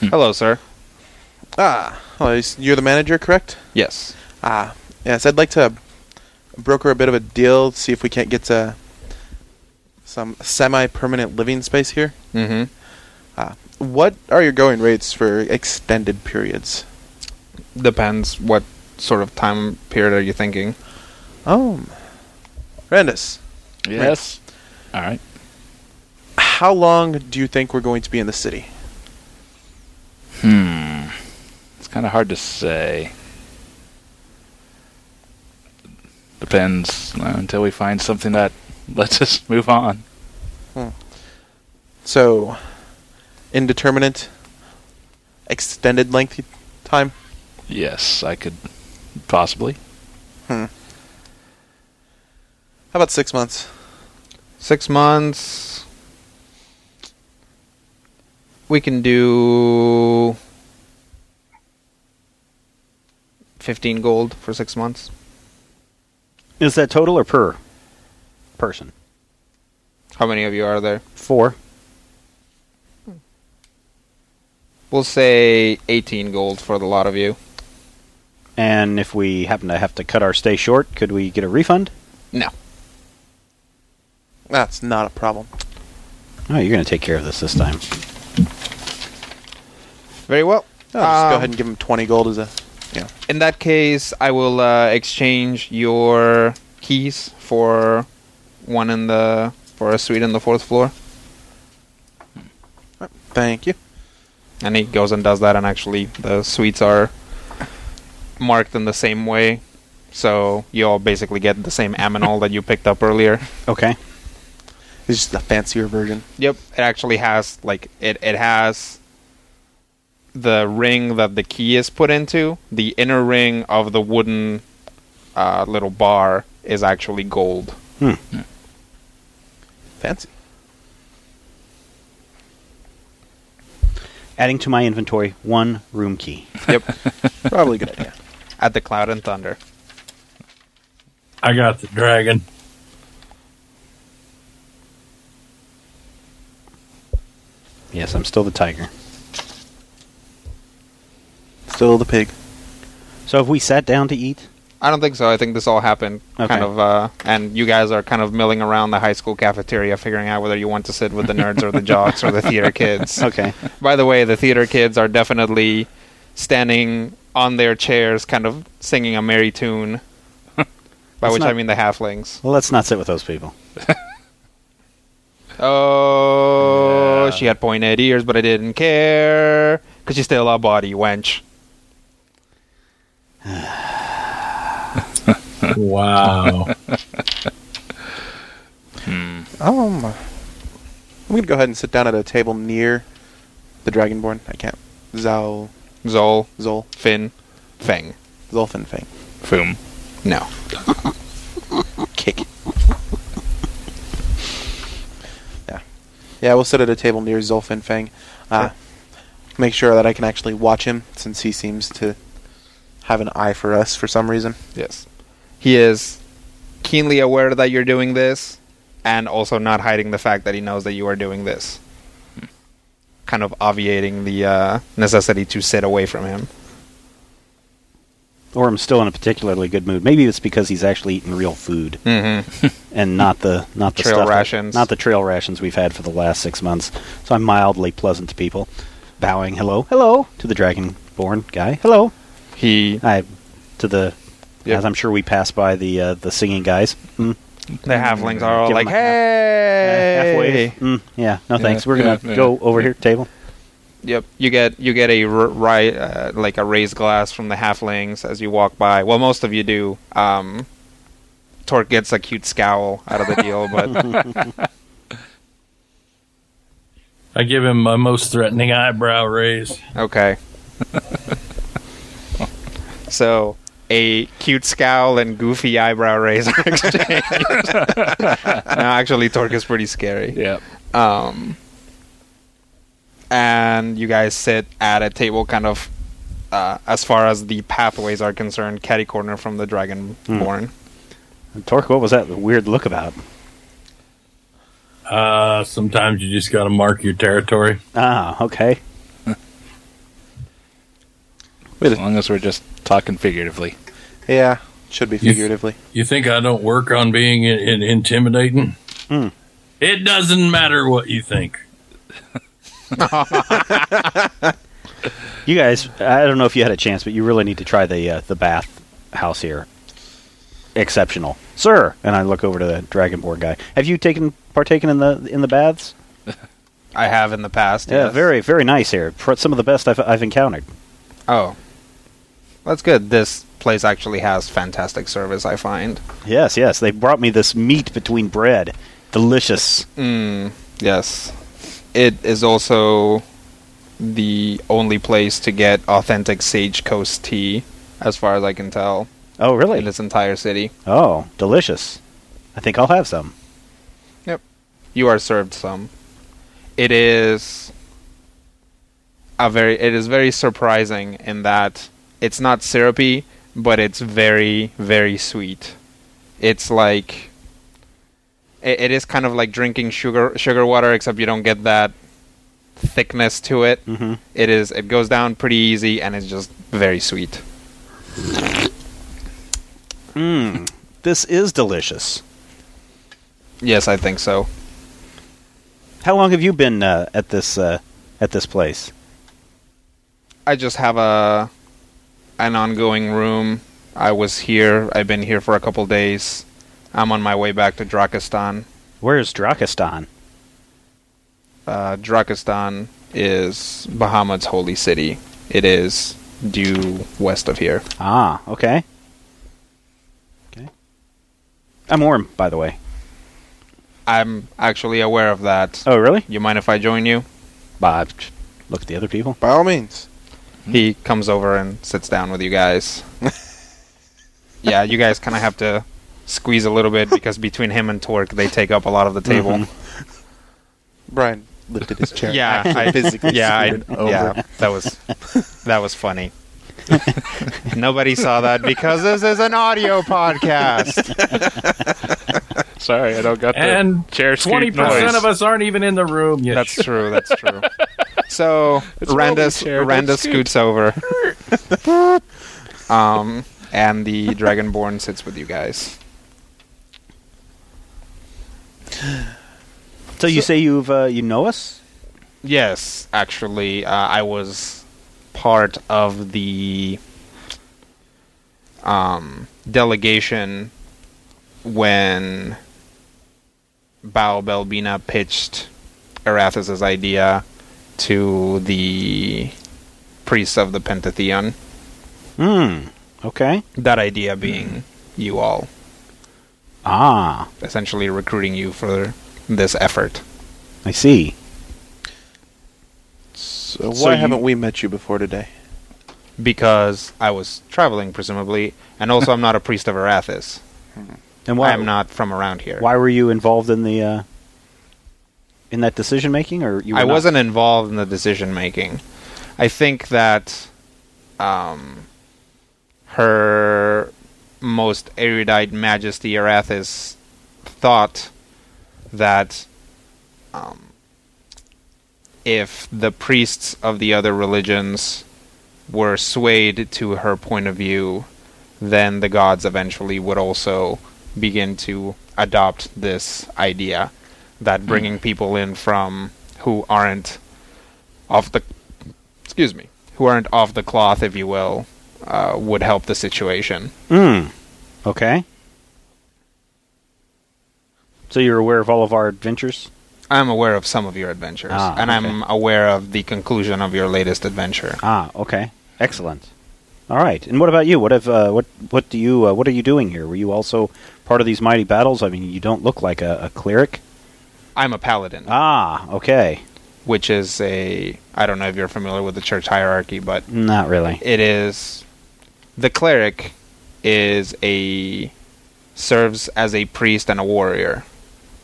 Hello, sir.
Ah, well, he's- you're the manager, correct?
Yes.
Ah, yes, I'd like to broker a bit of a deal, see if we can't get to some semi-permanent living space here.
Mm hmm.
What are your going rates for extended periods?
Depends what sort of time period are you thinking.
Oh, Randus,
Yes. All right.
how long do you think we're going to be in the city?
Hmm. It's kind of hard to say. Depends uh, until we find something that [LAUGHS] lets us move on.
Hmm. So, indeterminate, extended length time.
Yes, I could possibly.
Hmm. How about six months?
Six months. We can do 15 gold for six months.
Is that total or per person?
How many of you are there?
Four.
We'll say 18 gold for the lot of you.
And if we happen to have to cut our stay short, could we get a refund?
No.
That's not a problem.
Oh, you're going to take care of this this time.
Very well.
No, just
Um,
go ahead and give him twenty gold as a. Yeah.
In that case, I will uh, exchange your keys for one in the for a suite in the fourth floor.
Thank you.
And he goes and does that, and actually the suites are marked in the same way, so you all basically get the same aminal that you picked up earlier.
Okay.
It's just a fancier version.
Yep, it actually has like it it has the ring that the key is put into. The inner ring of the wooden uh, little bar is actually gold.
Fancy.
Adding to my inventory one room key.
Yep,
Probably a good idea.
[LAUGHS] at the cloud and thunder.
I got the dragon.
Yes, I'm still the tiger.
Still the pig.
So have we sat down to eat?
I don't think so. I think this all happened
Okay.
kind of, uh, and you guys are kind of milling around the high school cafeteria, figuring out whether you want to sit with the
[LAUGHS]
nerds or the jocks or the theater kids.
[LAUGHS]
Okay.
By the way, the theater kids are definitely standing on their chairs, kind of singing a
[LAUGHS]
merry tune. By
That's
which I
not-
mean the halflings.
Well, let's not sit with those people.
Oh, she had pointed ears, but I didn't care. Because she's still a body wench.
Wow.
Um, I'm gonna go ahead and sit down at a table near the Dragonborn. I can't. Zao,
Zol,
Zol,
Finn, Feng.
Zolfenfang.
Boom.
No.
Kick. yeah, yeah. We'll sit at a table near Zolfenfang. Uh, Make sure that I can actually watch him, since he seems to have an eye for us for some reason.
Yes. He is keenly aware that you're doing this and also not hiding the fact that he knows that you are doing this.
Hmm.
Kind of obviating the uh, necessity to sit away from him.
Or I'm still in a particularly good mood. Maybe it's because he's actually eating real food
Mm-hmm.
and not the not the
Trail
stuff that-
rations.
not the trail rations we've had for the last six months. So I'm mildly pleasant to people, bowing hello, hello to the dragonborn guy, hello.
He
I to the
Yep.
As I'm sure we pass by the uh, the singing guys. Mm,
The halflings are all
Give
like,
'em a half-
"Hey!"
half wave. Mm, yeah, no
Yeah,
thanks. We're gonna
yeah, yeah.
go over here table.
Yep, you get you get a r- right uh, like a raised glass from the halflings as you walk by. Well, most of you do. Um, Torque gets a cute scowl out of the deal, but
[LAUGHS] I give him my most threatening eyebrow raise.
okay. [LAUGHS] So a cute scowl and goofy eyebrow raise [LAUGHS] are exchanged. no, actually, Torque is pretty scary.
Yeah.
um, and you guys sit at a table kind of uh, as far as the pathways are concerned catty corner from the dragonborn
Hmm. Torque, what was that weird look about?
Uh, sometimes you just got to mark your territory.
Ah, okay.
As long as we're just talking figuratively.
Yeah, should be
You-
figuratively.
You think I don't work on being in, in, intimidating?
Hmm.
It doesn't matter what you think.
You guys, I don't know if you had a chance, but you really need to try the uh, the bath house here. Exceptional, sir. And I look over to the dragonborn guy. Have you taken partaken in the in the baths?
i have in the past
Yeah,
yes.
very very nice here. Pr- Some of the best I've I've encountered.
oh that's good this place actually has fantastic service i find
Yes, yes. They brought me this meat between bread. Delicious.
mm, yes it is also the only place to get authentic sage coast tea as far as i can tell
Oh,
in
really?
this entire city
Oh, delicious. I think I'll have some.
you are served some. It is a very it is very surprising in that it's not syrupy, but it's very very sweet. It's like it, it is kind of like drinking sugar sugar water, except you don't get that thickness to it.
Mm-hmm.
It is it goes down pretty easy, and it's just very sweet.
Mm, [LAUGHS] this is delicious.
Yes, I think so.
How long have you been uh, at this uh, at this place?
I just have a an ongoing room. I was here. I've been here for a couple days. I'm on my way back to Drakistan.
Where's Drakistan?
Uh, Drakistan is Bahamut's holy city. It is due west of here.
Ah, okay. Okay. I'm warm, by the way.
I'm actually aware of that.
Oh, really?
You mind if I join you?
Bob, look at the other people.
By all means.
He comes over and sits down with you guys. yeah, you guys kind of have to squeeze a little bit because between him and Torque, they take up a lot of the table.
Mhm.
Brian lifted his chair.
[LAUGHS] Yeah,
Actually
I-
physically
yeah, I,
scooted over.
yeah, that was that was funny. Nobody saw that because this is an audio podcast.
Sorry, I don't got the
And
chair scoot
Twenty
noise.
percent of us aren't even in the room yet.
That's true. That's true. So
It's rolling
Randus
chair, don't
Randus
scoot.
scoots over, [LAUGHS] um, and the Dragonborn sits with you guys.
So you say you've uh, you know us?
Yes, actually, uh, I was part of the um, delegation when Bao Belbina pitched Arathas's idea to the priests of the Pentatheon.
Hmm. Okay.
That idea being you all,
Ah,
essentially recruiting you for this effort.
I see.
So why
So you-
haven't we met you before today?
Because I was traveling, presumably, and also I'm not a priest of Arathas.
And why
I'm not from around here.
Why were you involved in the uh, in that decision making, or you? Were
I
not?
wasn't involved in the decision making. I think that um, her most erudite Majesty Arathis thought that um, if the priests of the other religions were swayed to her point of view, then the gods eventually would also begin to adopt this idea
Hmm.
that bringing people in from who aren't off the excuse me who aren't off the cloth if you will uh, would help the situation.
Mm. Okay. So you're aware of all of our adventures?
I'm aware of some of your adventures,
Ah,
and I'm
okay.
aware of the conclusion of your latest adventure.
Ah, okay. Excellent. All right. And what about you? What have uh, what what do you uh, what are you doing here? Were you also part of these mighty battles? I mean, you don't look like a, a cleric.
I'm a paladin,
Ah, okay.
which is a I don't know if you're familiar with the church hierarchy, but
Not really.
it is the cleric is a serves as a priest and a warrior.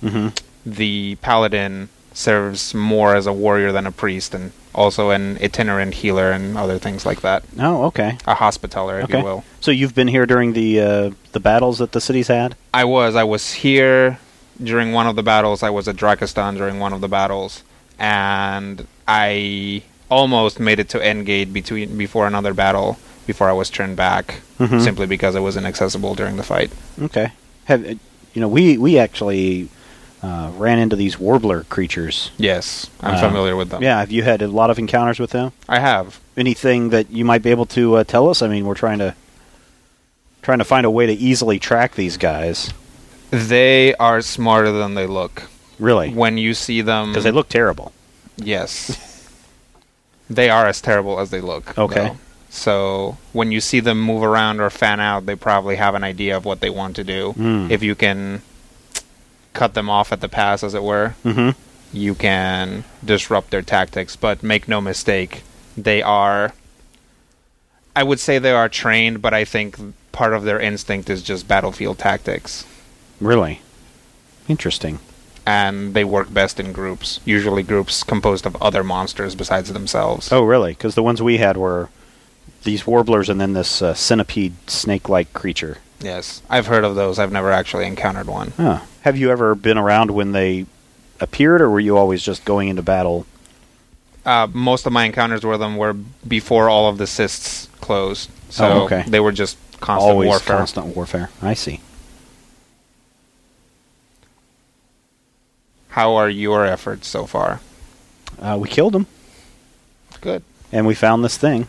hmm
The paladin serves more as a warrior than a priest, and also an itinerant healer and other things like that.
Oh, okay.
A hospitaller, if
Okay.
you will.
So you've been here during the uh, the battles that the city's had?
I was. I was here during one of the battles. I was at Drakistan during one of the battles, and I almost made it to Endgate between before another battle before I was turned back
Mhm.
simply because I was inaccessible during the fight.
Okay. Have uh, you know we we actually uh, ran into these warbler creatures?
Yes, I'm
Wow.
familiar with them.
Yeah. Have you had a lot of encounters with them?
I have.
Anything that you might be able to uh, tell us? I mean, we're trying to trying to find a way to easily track these guys.
They are smarter than they look.
Really?
When you see them,
Because they look terrible.
Yes. they are as terrible as they look.
Okay.
though. So when you see them move around or fan out, they probably have an idea of what they want to do.
Mm.
If you can cut them off at the pass, as it were,
Mm-hmm.
you can disrupt their tactics. But make no mistake, they are. I would say they are trained, but I think part of their instinct is just battlefield tactics.
Really. Interesting.
And they work best in groups, usually groups composed of other monsters besides themselves.
Oh, really? Because the ones we had were these warblers and then this uh, centipede snake-like creature.
Yes, I've heard of those. I've never actually encountered one.
Huh. Have you ever been around when they appeared, or were you always just going into battle?
Uh, most of my encounters with them were before all of the cysts closed, so
Oh, okay.
they were just constant
always
warfare.
constant warfare. I see.
How are your efforts so far?
Uh, we killed them,
Good.
and we found this thing.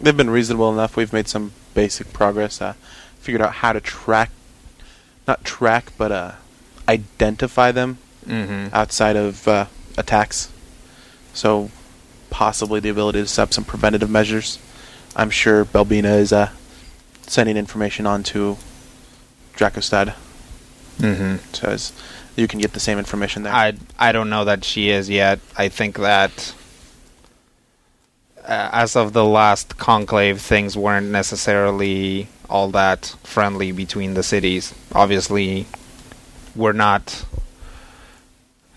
They've been reasonable enough. We've made some basic progress. Uh, figured out how to track, not track, but uh, identify them
hmm
outside of uh, attacks. So, possibly the ability to set up some preventative measures. I'm sure Belbina is uh, sending information on to Dracostad,
hmm
so as you can get the same information there.
I I don't know that she is yet. I think that uh, as of the last conclave, things weren't necessarily all that friendly between the cities. Obviously, we're not.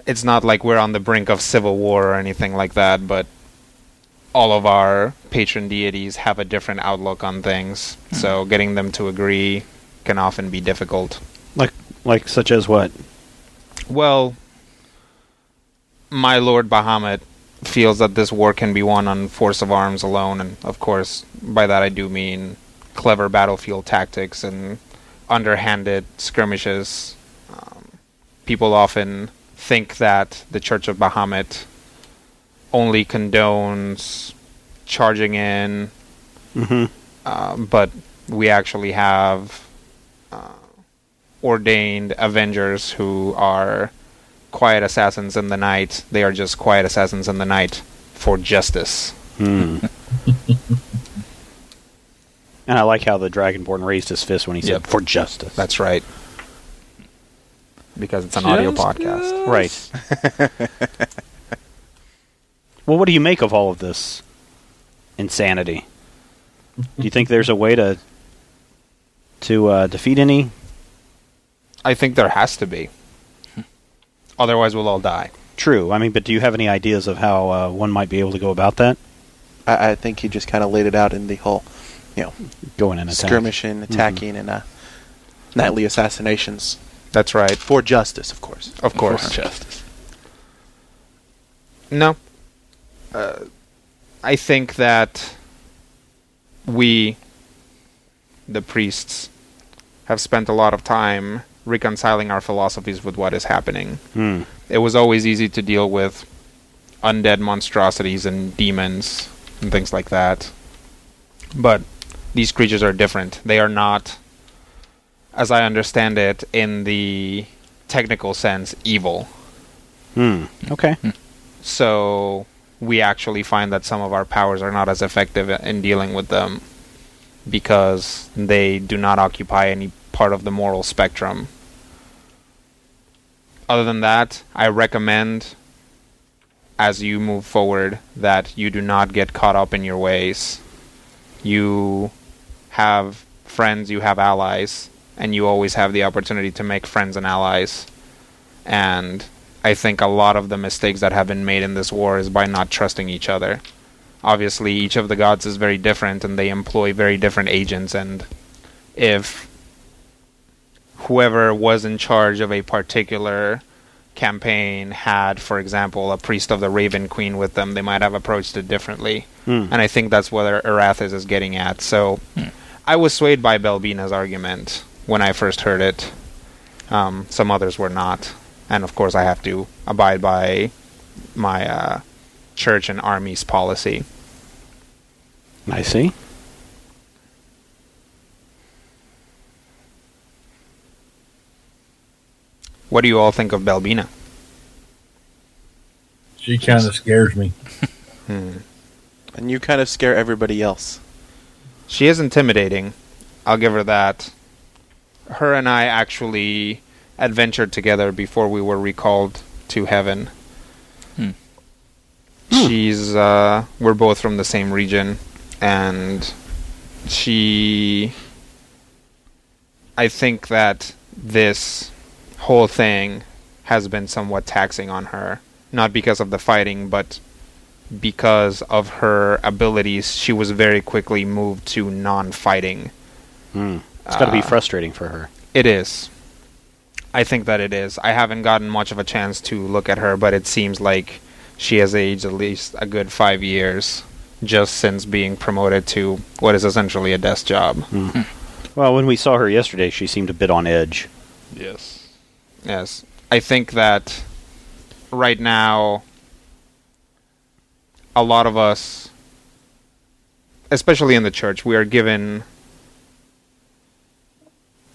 It's not like we're on the brink of civil war or anything like that, but all of our patron deities have a different outlook on things, so getting them to agree can often be difficult.
Like, like such as what?
Well, my lord Bahamut feels that this war can be won on force of arms alone, and of course, by that I do mean clever battlefield tactics and underhanded skirmishes. Um, people often think that the Church of Bahamut only condones charging in,
Mm-hmm.
uh, but we actually have uh, ordained Avengers who are quiet assassins in the night. They are just quiet assassins in the night for justice.
And I like how the Dragonborn raised his fist when he said,
Yep.
"For justice."
That's right. Because it's an audio podcast. [LAUGHS]
right. well, what do you make of all of this insanity? Do you think there's a way to to uh, defeat any?
I think there has to be. Otherwise, we'll all die.
True. I mean, but do you have any ideas of how uh, one might be able to go about that?
I, I think he just kind of laid it out in the whole, you know,
Going in and attack.
skirmishing, attacking, and uh, nightly assassinations
That's right.
for justice, of course.
Of course.
Justice.
No. Uh, I think that we, the priests, have spent a lot of time reconciling our philosophies with what is happening.
Hmm.
It was always easy to deal with undead monstrosities and demons and things like that. But these creatures are different. They are not, as I understand it, in the technical sense, evil.
Hmm. Okay.
So we actually find that some of our powers are not as effective in dealing with them because they do not occupy any part of the moral spectrum. Other than that, I recommend as you move forward that you do not get caught up in your ways. You have friends, you have allies, and you always have the opportunity to make friends and allies. And I think a lot of the mistakes that have been made in this war is by not trusting each other. Obviously, each of the gods is very different and they employ very different agents. And if whoever was in charge of a particular campaign had, for example, a priest of the Raven Queen with them, they might have approached it differently.
Hmm.
And I think that's what Arathis is getting at. So I was swayed by Belbina's argument when I first heard it. Um, some others were not. And of course, I have to abide by my uh, church and army's policy.
I see.
What do you all think of Belbina?
She kind of scares me.
And you kind of scare everybody else.
She is intimidating. I'll give her that. Her and I actually adventured together before we were recalled to heaven.
Hmm.
She's uh we're both from the same region and she I think that this whole thing has been somewhat taxing on her, not because of the fighting, but because of her abilities, she was very quickly moved to non fighting.
Hmm. It's got to be
Uh,
frustrating for her.
It is. I think that it is. I haven't gotten much of a chance to look at her, but it seems like she has aged at least a good five years just since being promoted to what is essentially a desk job.
Well, when we saw her yesterday, she seemed a bit on edge.
Yes.
Yes. I think that right now, a lot of us, especially in the church, we are given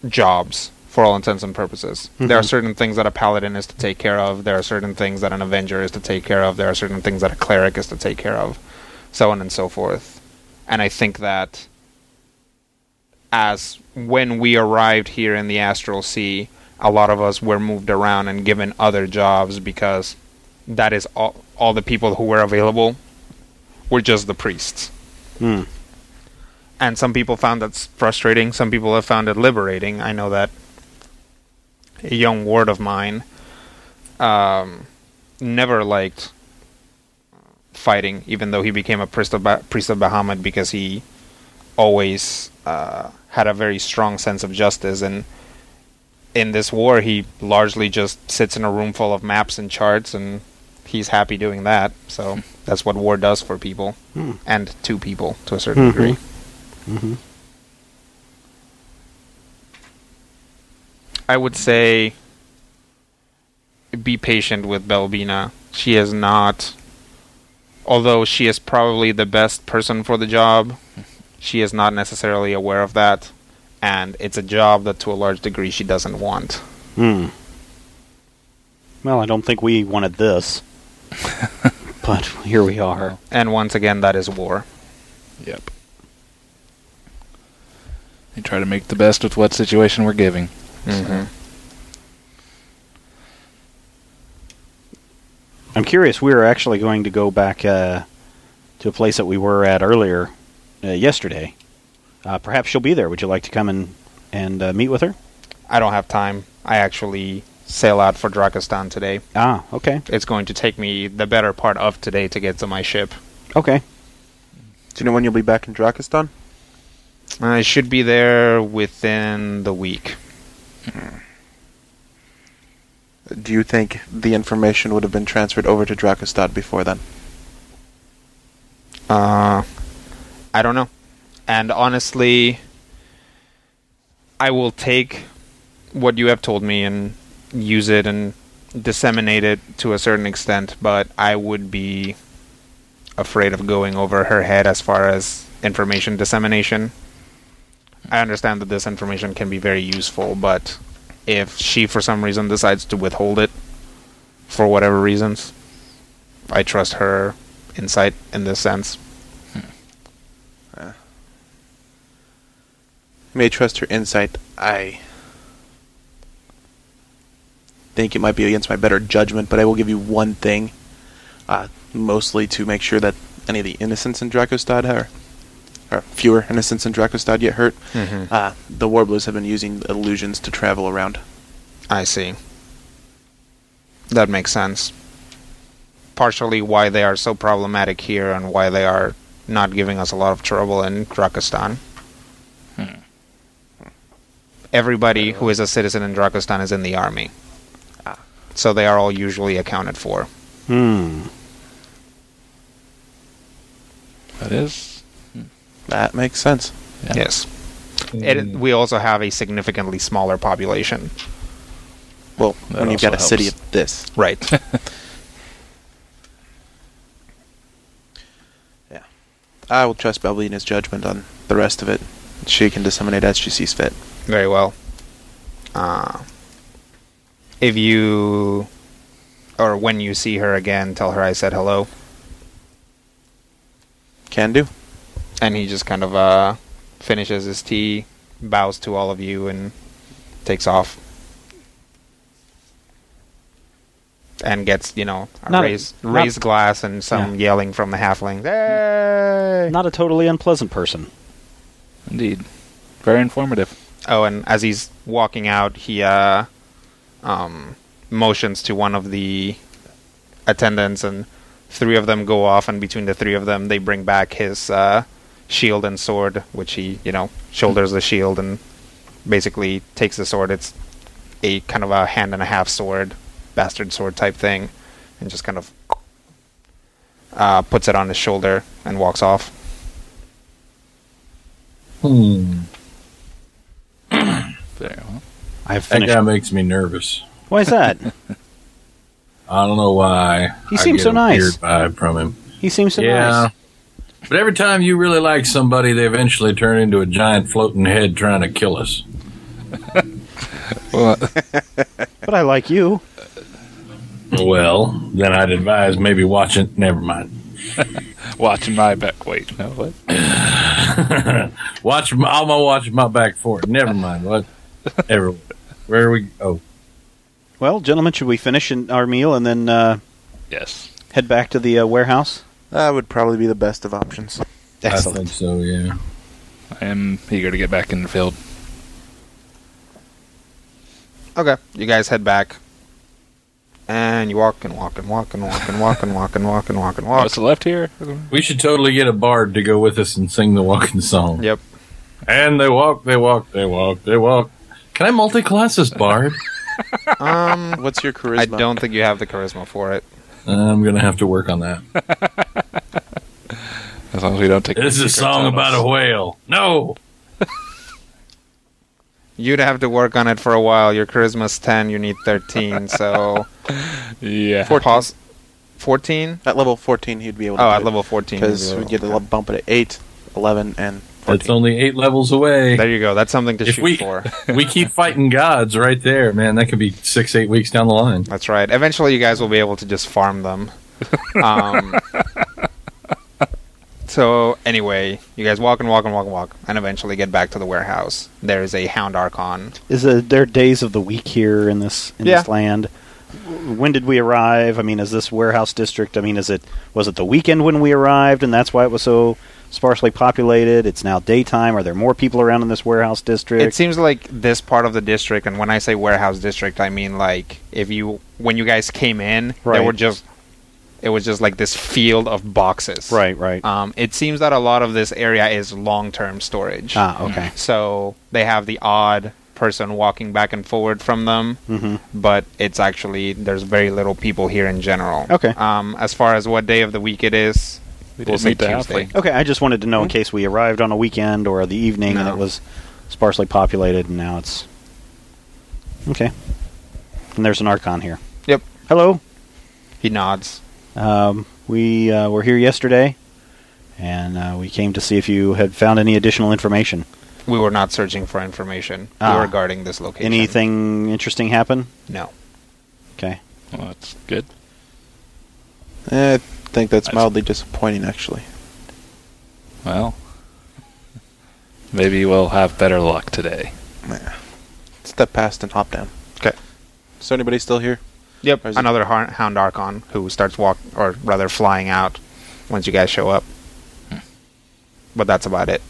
jobs for all intents and purposes. There are certain things that a paladin is to take care of, there are certain things that an avenger is to take care of, there are certain things that a cleric is to take care of, so on and so forth. And I think that as when we arrived here in the astral sea, a lot of us were moved around and given other jobs because that is all, all the people who were available were just the priests.
Hmm.
And some people found that frustrating, some people have found it liberating. I know that a young ward of mine um, never liked fighting, even though he became a priest of, ba- priest of Bahamut because he always uh, had a very strong sense of justice. And in this war, he largely just sits in a room full of maps and charts, and he's happy doing that. So that's what war does for people
Hmm.
and to people to a certain
Mhm.
degree. I would say be patient with Belbina. She is not, although she is probably the best person for the job, she is not necessarily aware of that. And it's a job that to a large degree she doesn't want.
Hmm. Well, I don't think we wanted this, but here we are.
And once again, that is war.
Yep. They try to make the best with what situation we're giving.
I'm curious. We are actually going to go back uh, to a place that we were at earlier uh, yesterday. Uh, perhaps she'll be there. Would you like to come and and uh, meet with her?
I don't have time. I actually sail out for Drakistan today.
Ah, okay,
It's going to take me the better part of today to get to my ship.
okay.
Do you know when you'll be back in Drakistan?
I should be there within the week.
Do you think the information would have been transferred over to Drakistad before then?
Uh, I don't know. And honestly, I will take what you have told me and use it and disseminate it to a certain extent, but I would be afraid of going over her head as far as information dissemination. I understand that this information can be very useful, but if she, for some reason, decides to withhold it for whatever reasons, I trust her insight in this sense.
You may trust her insight. I think it might be against my better judgment, but I will give you one thing, uh, mostly to make sure that any of the innocents in Dracostad are, or fewer innocents in Dracostad get hurt.
Mm-hmm.
Mhm.
Uh, the Warblers have been using illusions to travel around.
I see. That makes sense. Partially why they are so problematic here and why they are not giving us a lot of trouble in Drakistan. Everybody who is a citizen in Drakistan is in the army. So they are all usually accounted for.
Hmm.
That is.
That makes sense.
Yeah.
Yes.
Hmm.
It, we also have a significantly smaller population.
Well,
That
when you've got a
also
city
helps.
of this.
Right.
I will trust Belvina's judgment on the rest of it. She can disseminate as she sees fit.
Very well. Uh, if you or when you see her again, tell her I said hello.
Can do.
And he just kind of uh, finishes his tea, bows to all of you, and takes off. And gets you know a
Not a-
raised
not-
raised glass and some yelling from the halfling. Hey!
Not a totally unpleasant person.
Indeed. Very informative.
Oh, and as he's walking out, he uh, um, motions to one of the attendants, and three of them go off. And between the three of them, they bring back his uh, shield and sword, which he, you know, shoulders the shield and basically takes the sword. It's a kind of a hand and a half sword, bastard sword type thing, and just kind of uh, puts it on his shoulder and walks off.
Hmm.
Very well.
I've
That
finished.
guy makes me nervous.
Why is
[LAUGHS]
that?
I don't know why.
He
I
seems
get
so
a
nice.
Weird vibe from him.
he seems so
yeah.
nice.
But every time you really like somebody, they eventually turn into a giant floating head trying to kill us.
well uh,
But I like you.
Well, then I'd advise maybe watching. Never mind.
[LAUGHS]
[LAUGHS]
watching my back. Wait, no, what?
Watch. my- I'm gonna watch my back for it. Never mind. What? Ever. Where are we? Oh,
Well, gentlemen, should we finish in our meal and then uh,
Yes.
head back to the uh, warehouse?
That would probably be the best of options.
I think so. Yeah.
I am eager to get back in the field.
Okay, you guys head back. And you walk and walk and walk and walk and walk and walk and walk and walk and walk.
[LAUGHS]
What's the left here?
We should totally get a bard to go with us and sing the walking song.
Yep.
And they walk, they walk, they walk, they walk. Can I multi-class this
[LAUGHS]
bard?
Um,
What's your charisma?
I don't think you have the charisma for it.
I'm gonna have to work on that.
As long as we don't take.
This is a
secret
song
titles.
about a whale. No.
You'd have to work on it for a while. Your charisma's 10, you need 13,
[LAUGHS]
so.
Yeah.
Pos- 14?
At level 14, he'd be able to.
Oh, at level 14.
Because
you'd
we'd
be
get
able-
a le- bump it at 8, 11, and
That's
14.
only eight levels away.
There you go. That's something to
If
shoot
we-
for.
we keep fighting gods right there, man. That could be six, eight weeks down the line.
That's right. Eventually, you guys will be able to just farm them. Um, so, anyway, you guys walk and walk and walk and walk, and eventually get back to the warehouse. There is a hound archon.
Is uh, there days of the week here in this in
Yeah.
this land? W- When did we arrive? I mean, is this warehouse district? I mean, is it was it the weekend when we arrived, and that's why it was so sparsely populated? It's now daytime. Are there more people around in this warehouse district?
It seems like this part of the district, and when I say warehouse district, I mean like if you when you guys came in,
Right.
there were just it was just like this field of boxes.
right, right.
Um, it seems that a lot of this area is long-term storage.
ah, okay.
So they have the odd person walking back and forward from them,
hmm
but it's actually there's very little people here in general.
Okay.
Um, as far as what day of the week it is,
We
we'll
did
say
meet the
Tuesday.
halfling.
Okay, I just wanted to know in case we arrived on a weekend or the evening and
No.
it was sparsely populated, and now it's okay. And there's an archon here.
Yep.
Hello.
He nods.
Um, we uh, were here yesterday, and uh, we came to see if you had found any additional information.
We were not searching for information.
Ah.
we were guarding this location.
Anything interesting happen?
No.
Okay.
Well, that's good.
Eh, I think that's
That's-
mildly disappointing, actually.
Well, maybe we'll have better luck today.
Yeah. Step past and hop down.
Okay.
Is there anybody still here?
Yep.
Or is it-
Another har- hound archon who starts walk, or rather, flying out once you guys show up. But that's about it.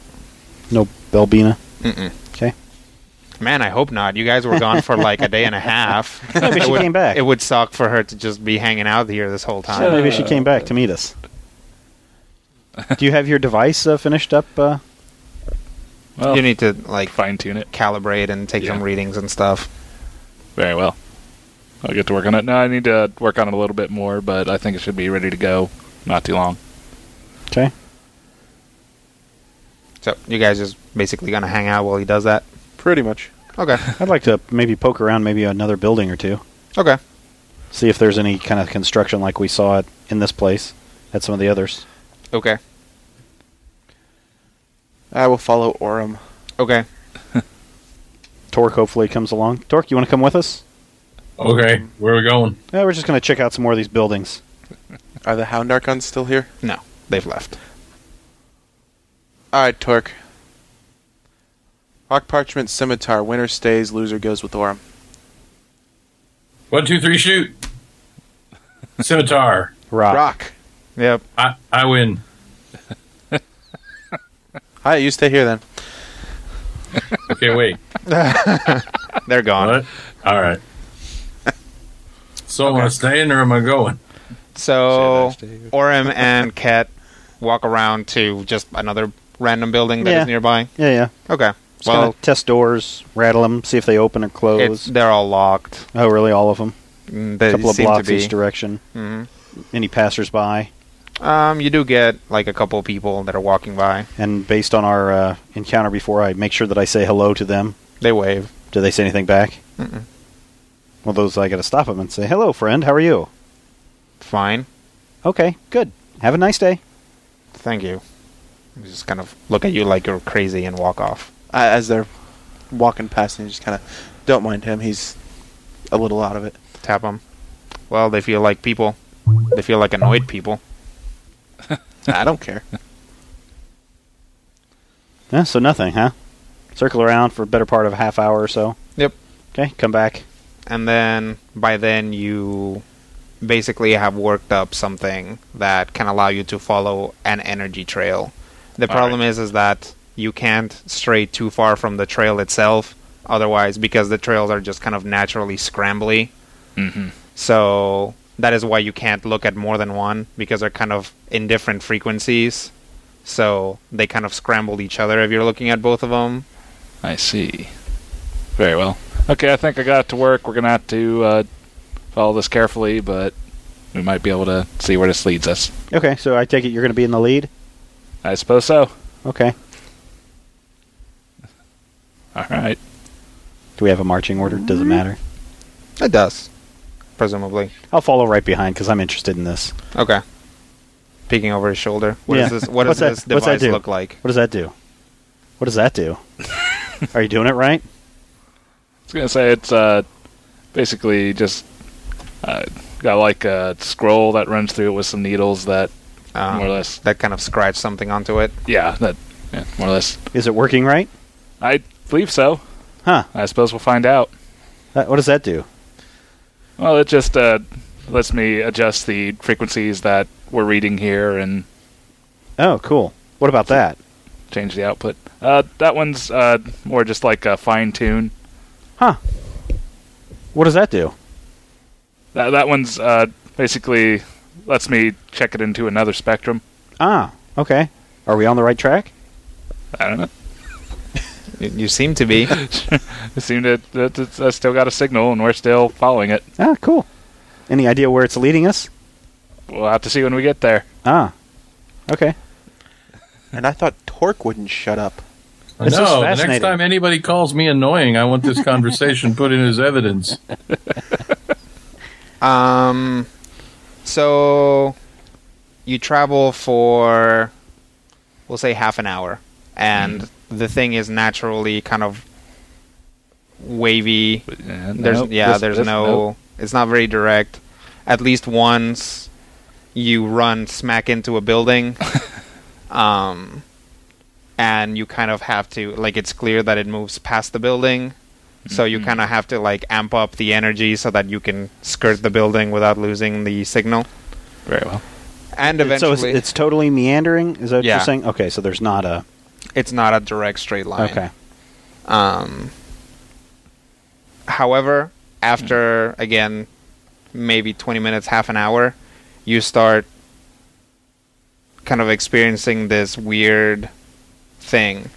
No Belbina.
Mm-mm.
Okay.
Man, I hope not. You guys were gone for like a
[LAUGHS]
day and a half.
but
It
she
would-
came back.
It would suck for her to just be hanging out here this whole
Yeah,
time.
maybe she came back to meet us. Do you have your device uh, finished up? Uh,
Well,
You need to like
fine tune it.
calibrate and take some
Yeah.
readings and stuff.
Very well. I'll get to work on it. No, I need to work on it a little bit more, but I think it should be ready to go. Not too long.
okay.
So you guys just basically gonna hang out while he does that.
Pretty much.
Okay.
[LAUGHS]
I'd like to maybe poke around, maybe another building or two,
Okay.
see if there's any kind of construction like we saw it in this place at some of the others.
Okay.
I will follow Orem.
Okay.
Torque hopefully comes along. Torque, you want to come with us?
Okay, where are we going?
Yeah, we're just going to check out some more of these buildings.
Are the Hound Archons still here?
No, they've left.
All right, Torque. Rock Parchment Scimitar. Winner stays, loser goes with Orem.
One, two, three, shoot. Scimitar.
Rock.
Rock.
Yep.
I, I win.
All right, you stay here then.
Okay, wait.
They're gone.
What? All right. So am I staying or am I going?
So
Say that, Steve.
Orem and Ket walk around to just another random building that is
Yeah.
nearby.
Yeah, yeah.
Okay.
Just
Well,
gonna test doors, rattle them, see if they open or
it's,
close.
they're all locked.
Oh, really? All of them?
Mm,
A
They
couple of
seem
blocks
to be.
each direction.
Mhm.
Any passersby?
Um, you do get like a couple people that are walking by.
And based on our uh, encounter before, I make sure that I say hello to them.
They wave.
Do they say anything back?
Mm-mm.
Well, those I got to stop them and say, "Hello, friend. How are you?"
Fine.
Okay, good. Have a nice day.
Thank you. They Just kind of look at you like you're crazy and walk off.
Uh, as they're walking past, and you just kind of don't mind him. He's a little out of it.
Tap them. Well, they feel like people. They feel like annoyed people.
I don't care.
Yeah, so nothing, huh? Circle around for a better part of a half hour or so.
Yep.
Okay, come back.
and then by then you basically have worked up something that can allow you to follow an energy trail. The
All
problem is is that you can't stray too far from the trail itself otherwise because the trails are just kind of naturally scrambly.
Mhm.
So that is why you can't look at more than one because they're kind of in different frequencies. So they kind of scramble each other if you're looking at both of them.
I see. Very well. Okay, I think I got to work. We're gonna have to uh, follow this carefully, but we might be able to see where this leads us.
Okay, so I take it you're going to be in the lead.
I suppose so.
Okay.
All right.
Do we have a marching order? Doesn't
Mm-hmm.
matter.
It does, presumably.
I'll follow right behind because I'm interested in this.
Okay. Peeking over his shoulder. What does
Yeah.
this? What does
What's that-
this
what's that
device
do?
look like?
What does that do? What does that
[LAUGHS]
do? Are you doing it right?
I was gonna say it's uh, basically just uh, got like a scroll that runs through it with some needles that
Um,
more or less.
That kind of scratch something onto it.
Yeah, that yeah, more or less.
Is it working right?
I believe so.
Huh?
I suppose we'll find out.
That, what does that do?
Well, it just uh, lets me adjust the frequencies that we're reading here and
Oh, cool. What about that?
change the output. Uh, that one's uh, more just like a fine tune.
Huh? What does that do?
That that one's uh, basically lets me check it into another spectrum.
Ah, okay. Are we on the right track?
I don't know.
You, you seem to
[LAUGHS]
be.
It seemed to, that that- I still got a signal, and we're still following it.
Ah, cool. Any idea where it's leading us?
We'll have to see when we get there.
Ah, okay.
And I thought Torque wouldn't shut up.
This is
no, the next
fascinating.
time anybody calls me annoying, I want this conversation put in as evidence.
um, so you travel for we'll say half an hour, and
Hmm.
the thing is naturally kind of wavy.
But, yeah,
There's
nope,
yeah,
this-
there's
this-
no.
nope.
It's not very direct. At least once you run smack into a
[LAUGHS]
building, um, and you kind of have to like it's clear that it moves past the building, so
Mm-hmm.
you kind of have to like amp up the energy so that you can skirt the building without losing the signal.
Very well.
And eventually,
So it's, it's totally meandering. Is that what
Yeah.
you're saying? Okay, so there's not a
it's not a direct straight line.
okay.
Um, however, after again, maybe 20 minutes, half an hour, you start kind of experiencing this weird thing.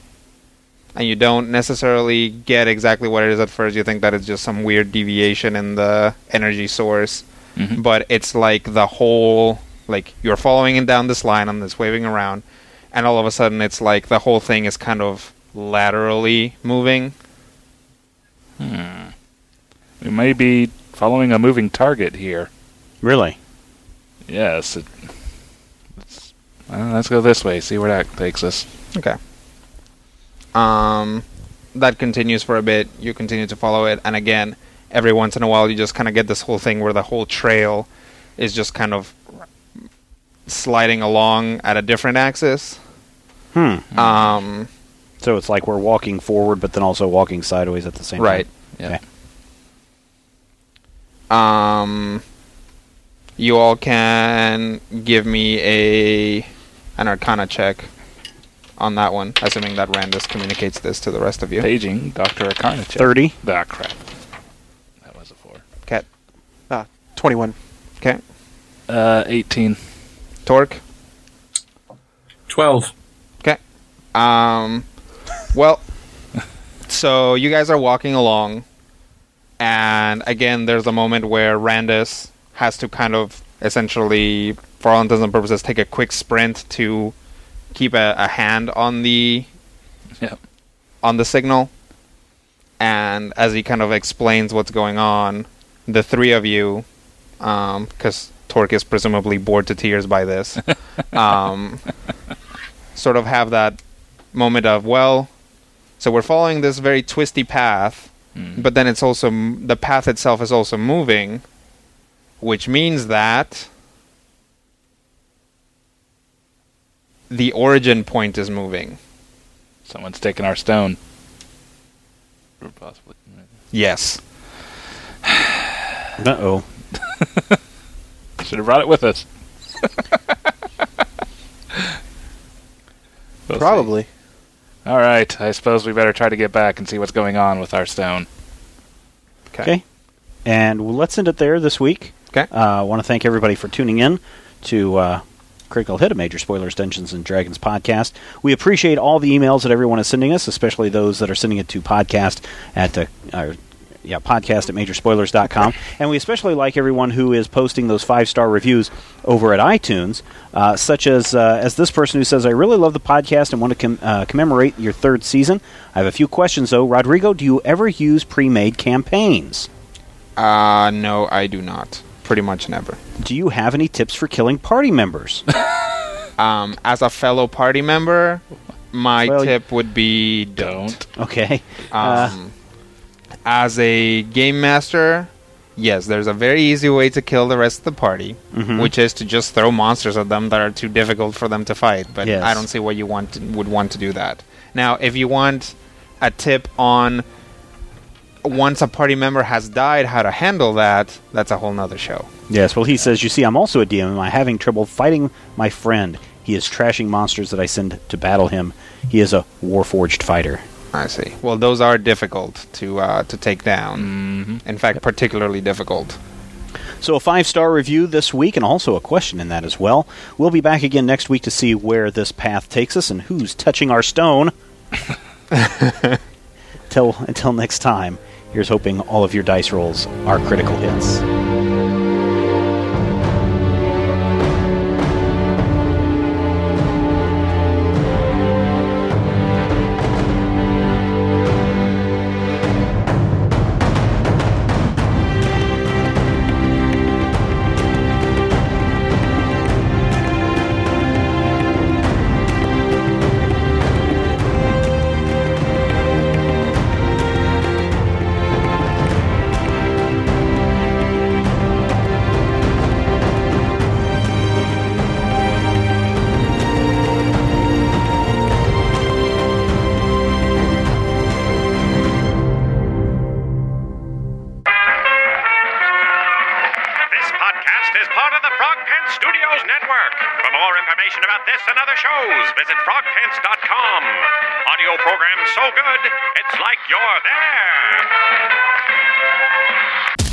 And you don't necessarily get exactly what it is at first. You think that it's just some weird deviation in the energy source.
Mhm.
But it's like the whole, like, you're following it down this line and it's waving around. And all of a sudden, it's like the whole thing is kind of laterally moving.
We may be following a moving target here.
Really?
Yes. It, let's, well, let's go this way. See where that takes us.
Okay. Um, that continues for a bit. You continue to follow it, and again, every once in a while, you just kind of get this whole thing where the whole trail is just kind of sliding along at a different axis.
Hmm.
Um,
So it's like we're walking forward, but then also walking sideways at the same
right.
time.
Yeah.
Okay.
Um, you all can give me a an Arcana check on that one, assuming that Randus communicates this to the rest of you.
Paging Dr. Akarnacek.
Thirty.
Ah, crap. That was a four.
Cat.
Ah, 21.
Okay.
Uh, 18.
Torque.
12.
Okay. Um, well, so you guys are walking along, and again, there's a moment where Randus has to kind of essentially, for all intents and purposes, take a quick sprint to keep a, a hand on the
Yep.
on the signal. And as he kind of explains what's going on, the three of you, because Torque is presumably bored to tears by this, um, sort of have that moment of, well, so we're following this very twisty path, but then it's also, m- the path itself is also moving, which means that the origin point is moving.
Someone's taking our stone. Or possibly.
Yes.
Uh oh.
Should have brought it with us. [LAUGHS] We'll see.
Probably.
All right. I suppose we better try to get back and see what's going on with our stone.
Okay. And well, let's end it there this week.
Okay.
Uh, I want to thank everybody for tuning in to uh, Critical Hit, a major spoilers, Dungeons and Dragons podcast. We appreciate all the emails that everyone is sending us, especially those that are sending it to podcast at the. Uh, yeah, podcast at majorspoilers.com. And we especially like everyone who is posting those five star reviews over at iTunes, uh, such as uh, as this person who says, I really love the podcast and want to com- uh, commemorate your third season. I have a few questions, though. Rodrigo, do you ever use pre made campaigns?
Uh, no, I do not. Pretty much never.
Do you have any tips for killing party members? [LAUGHS]
Um, as a fellow party member, my
Well, Uh. y-
tip would be don't.
Don't.
okay.
Um, As a game master, yes, there's a very easy way to kill the rest of the party,
Mm-hmm.
which is to just throw monsters at them that are too difficult for them to fight. But
Yes.
I don't see why you want to, would want to do that. Now, if you want a tip on once a party member has died, how to handle that, that's a whole nother show.
Yes, well, he says, You see, I'm also a DM. Am I having trouble fighting my friend? He is trashing monsters that I send to battle him. He is a warforged fighter.
I see. Well, those are difficult to uh, to take down. In fact, particularly difficult.
So, a five star review this week, and also a question in that as well. We'll be back again next week to see where this path takes us and who's touching our stone. Till, until next time, here's hoping all of your dice rolls are critical hits.
Studios Network. For more information about this and other shows, visit frogpants.com. Audio program so good, it's like you're there.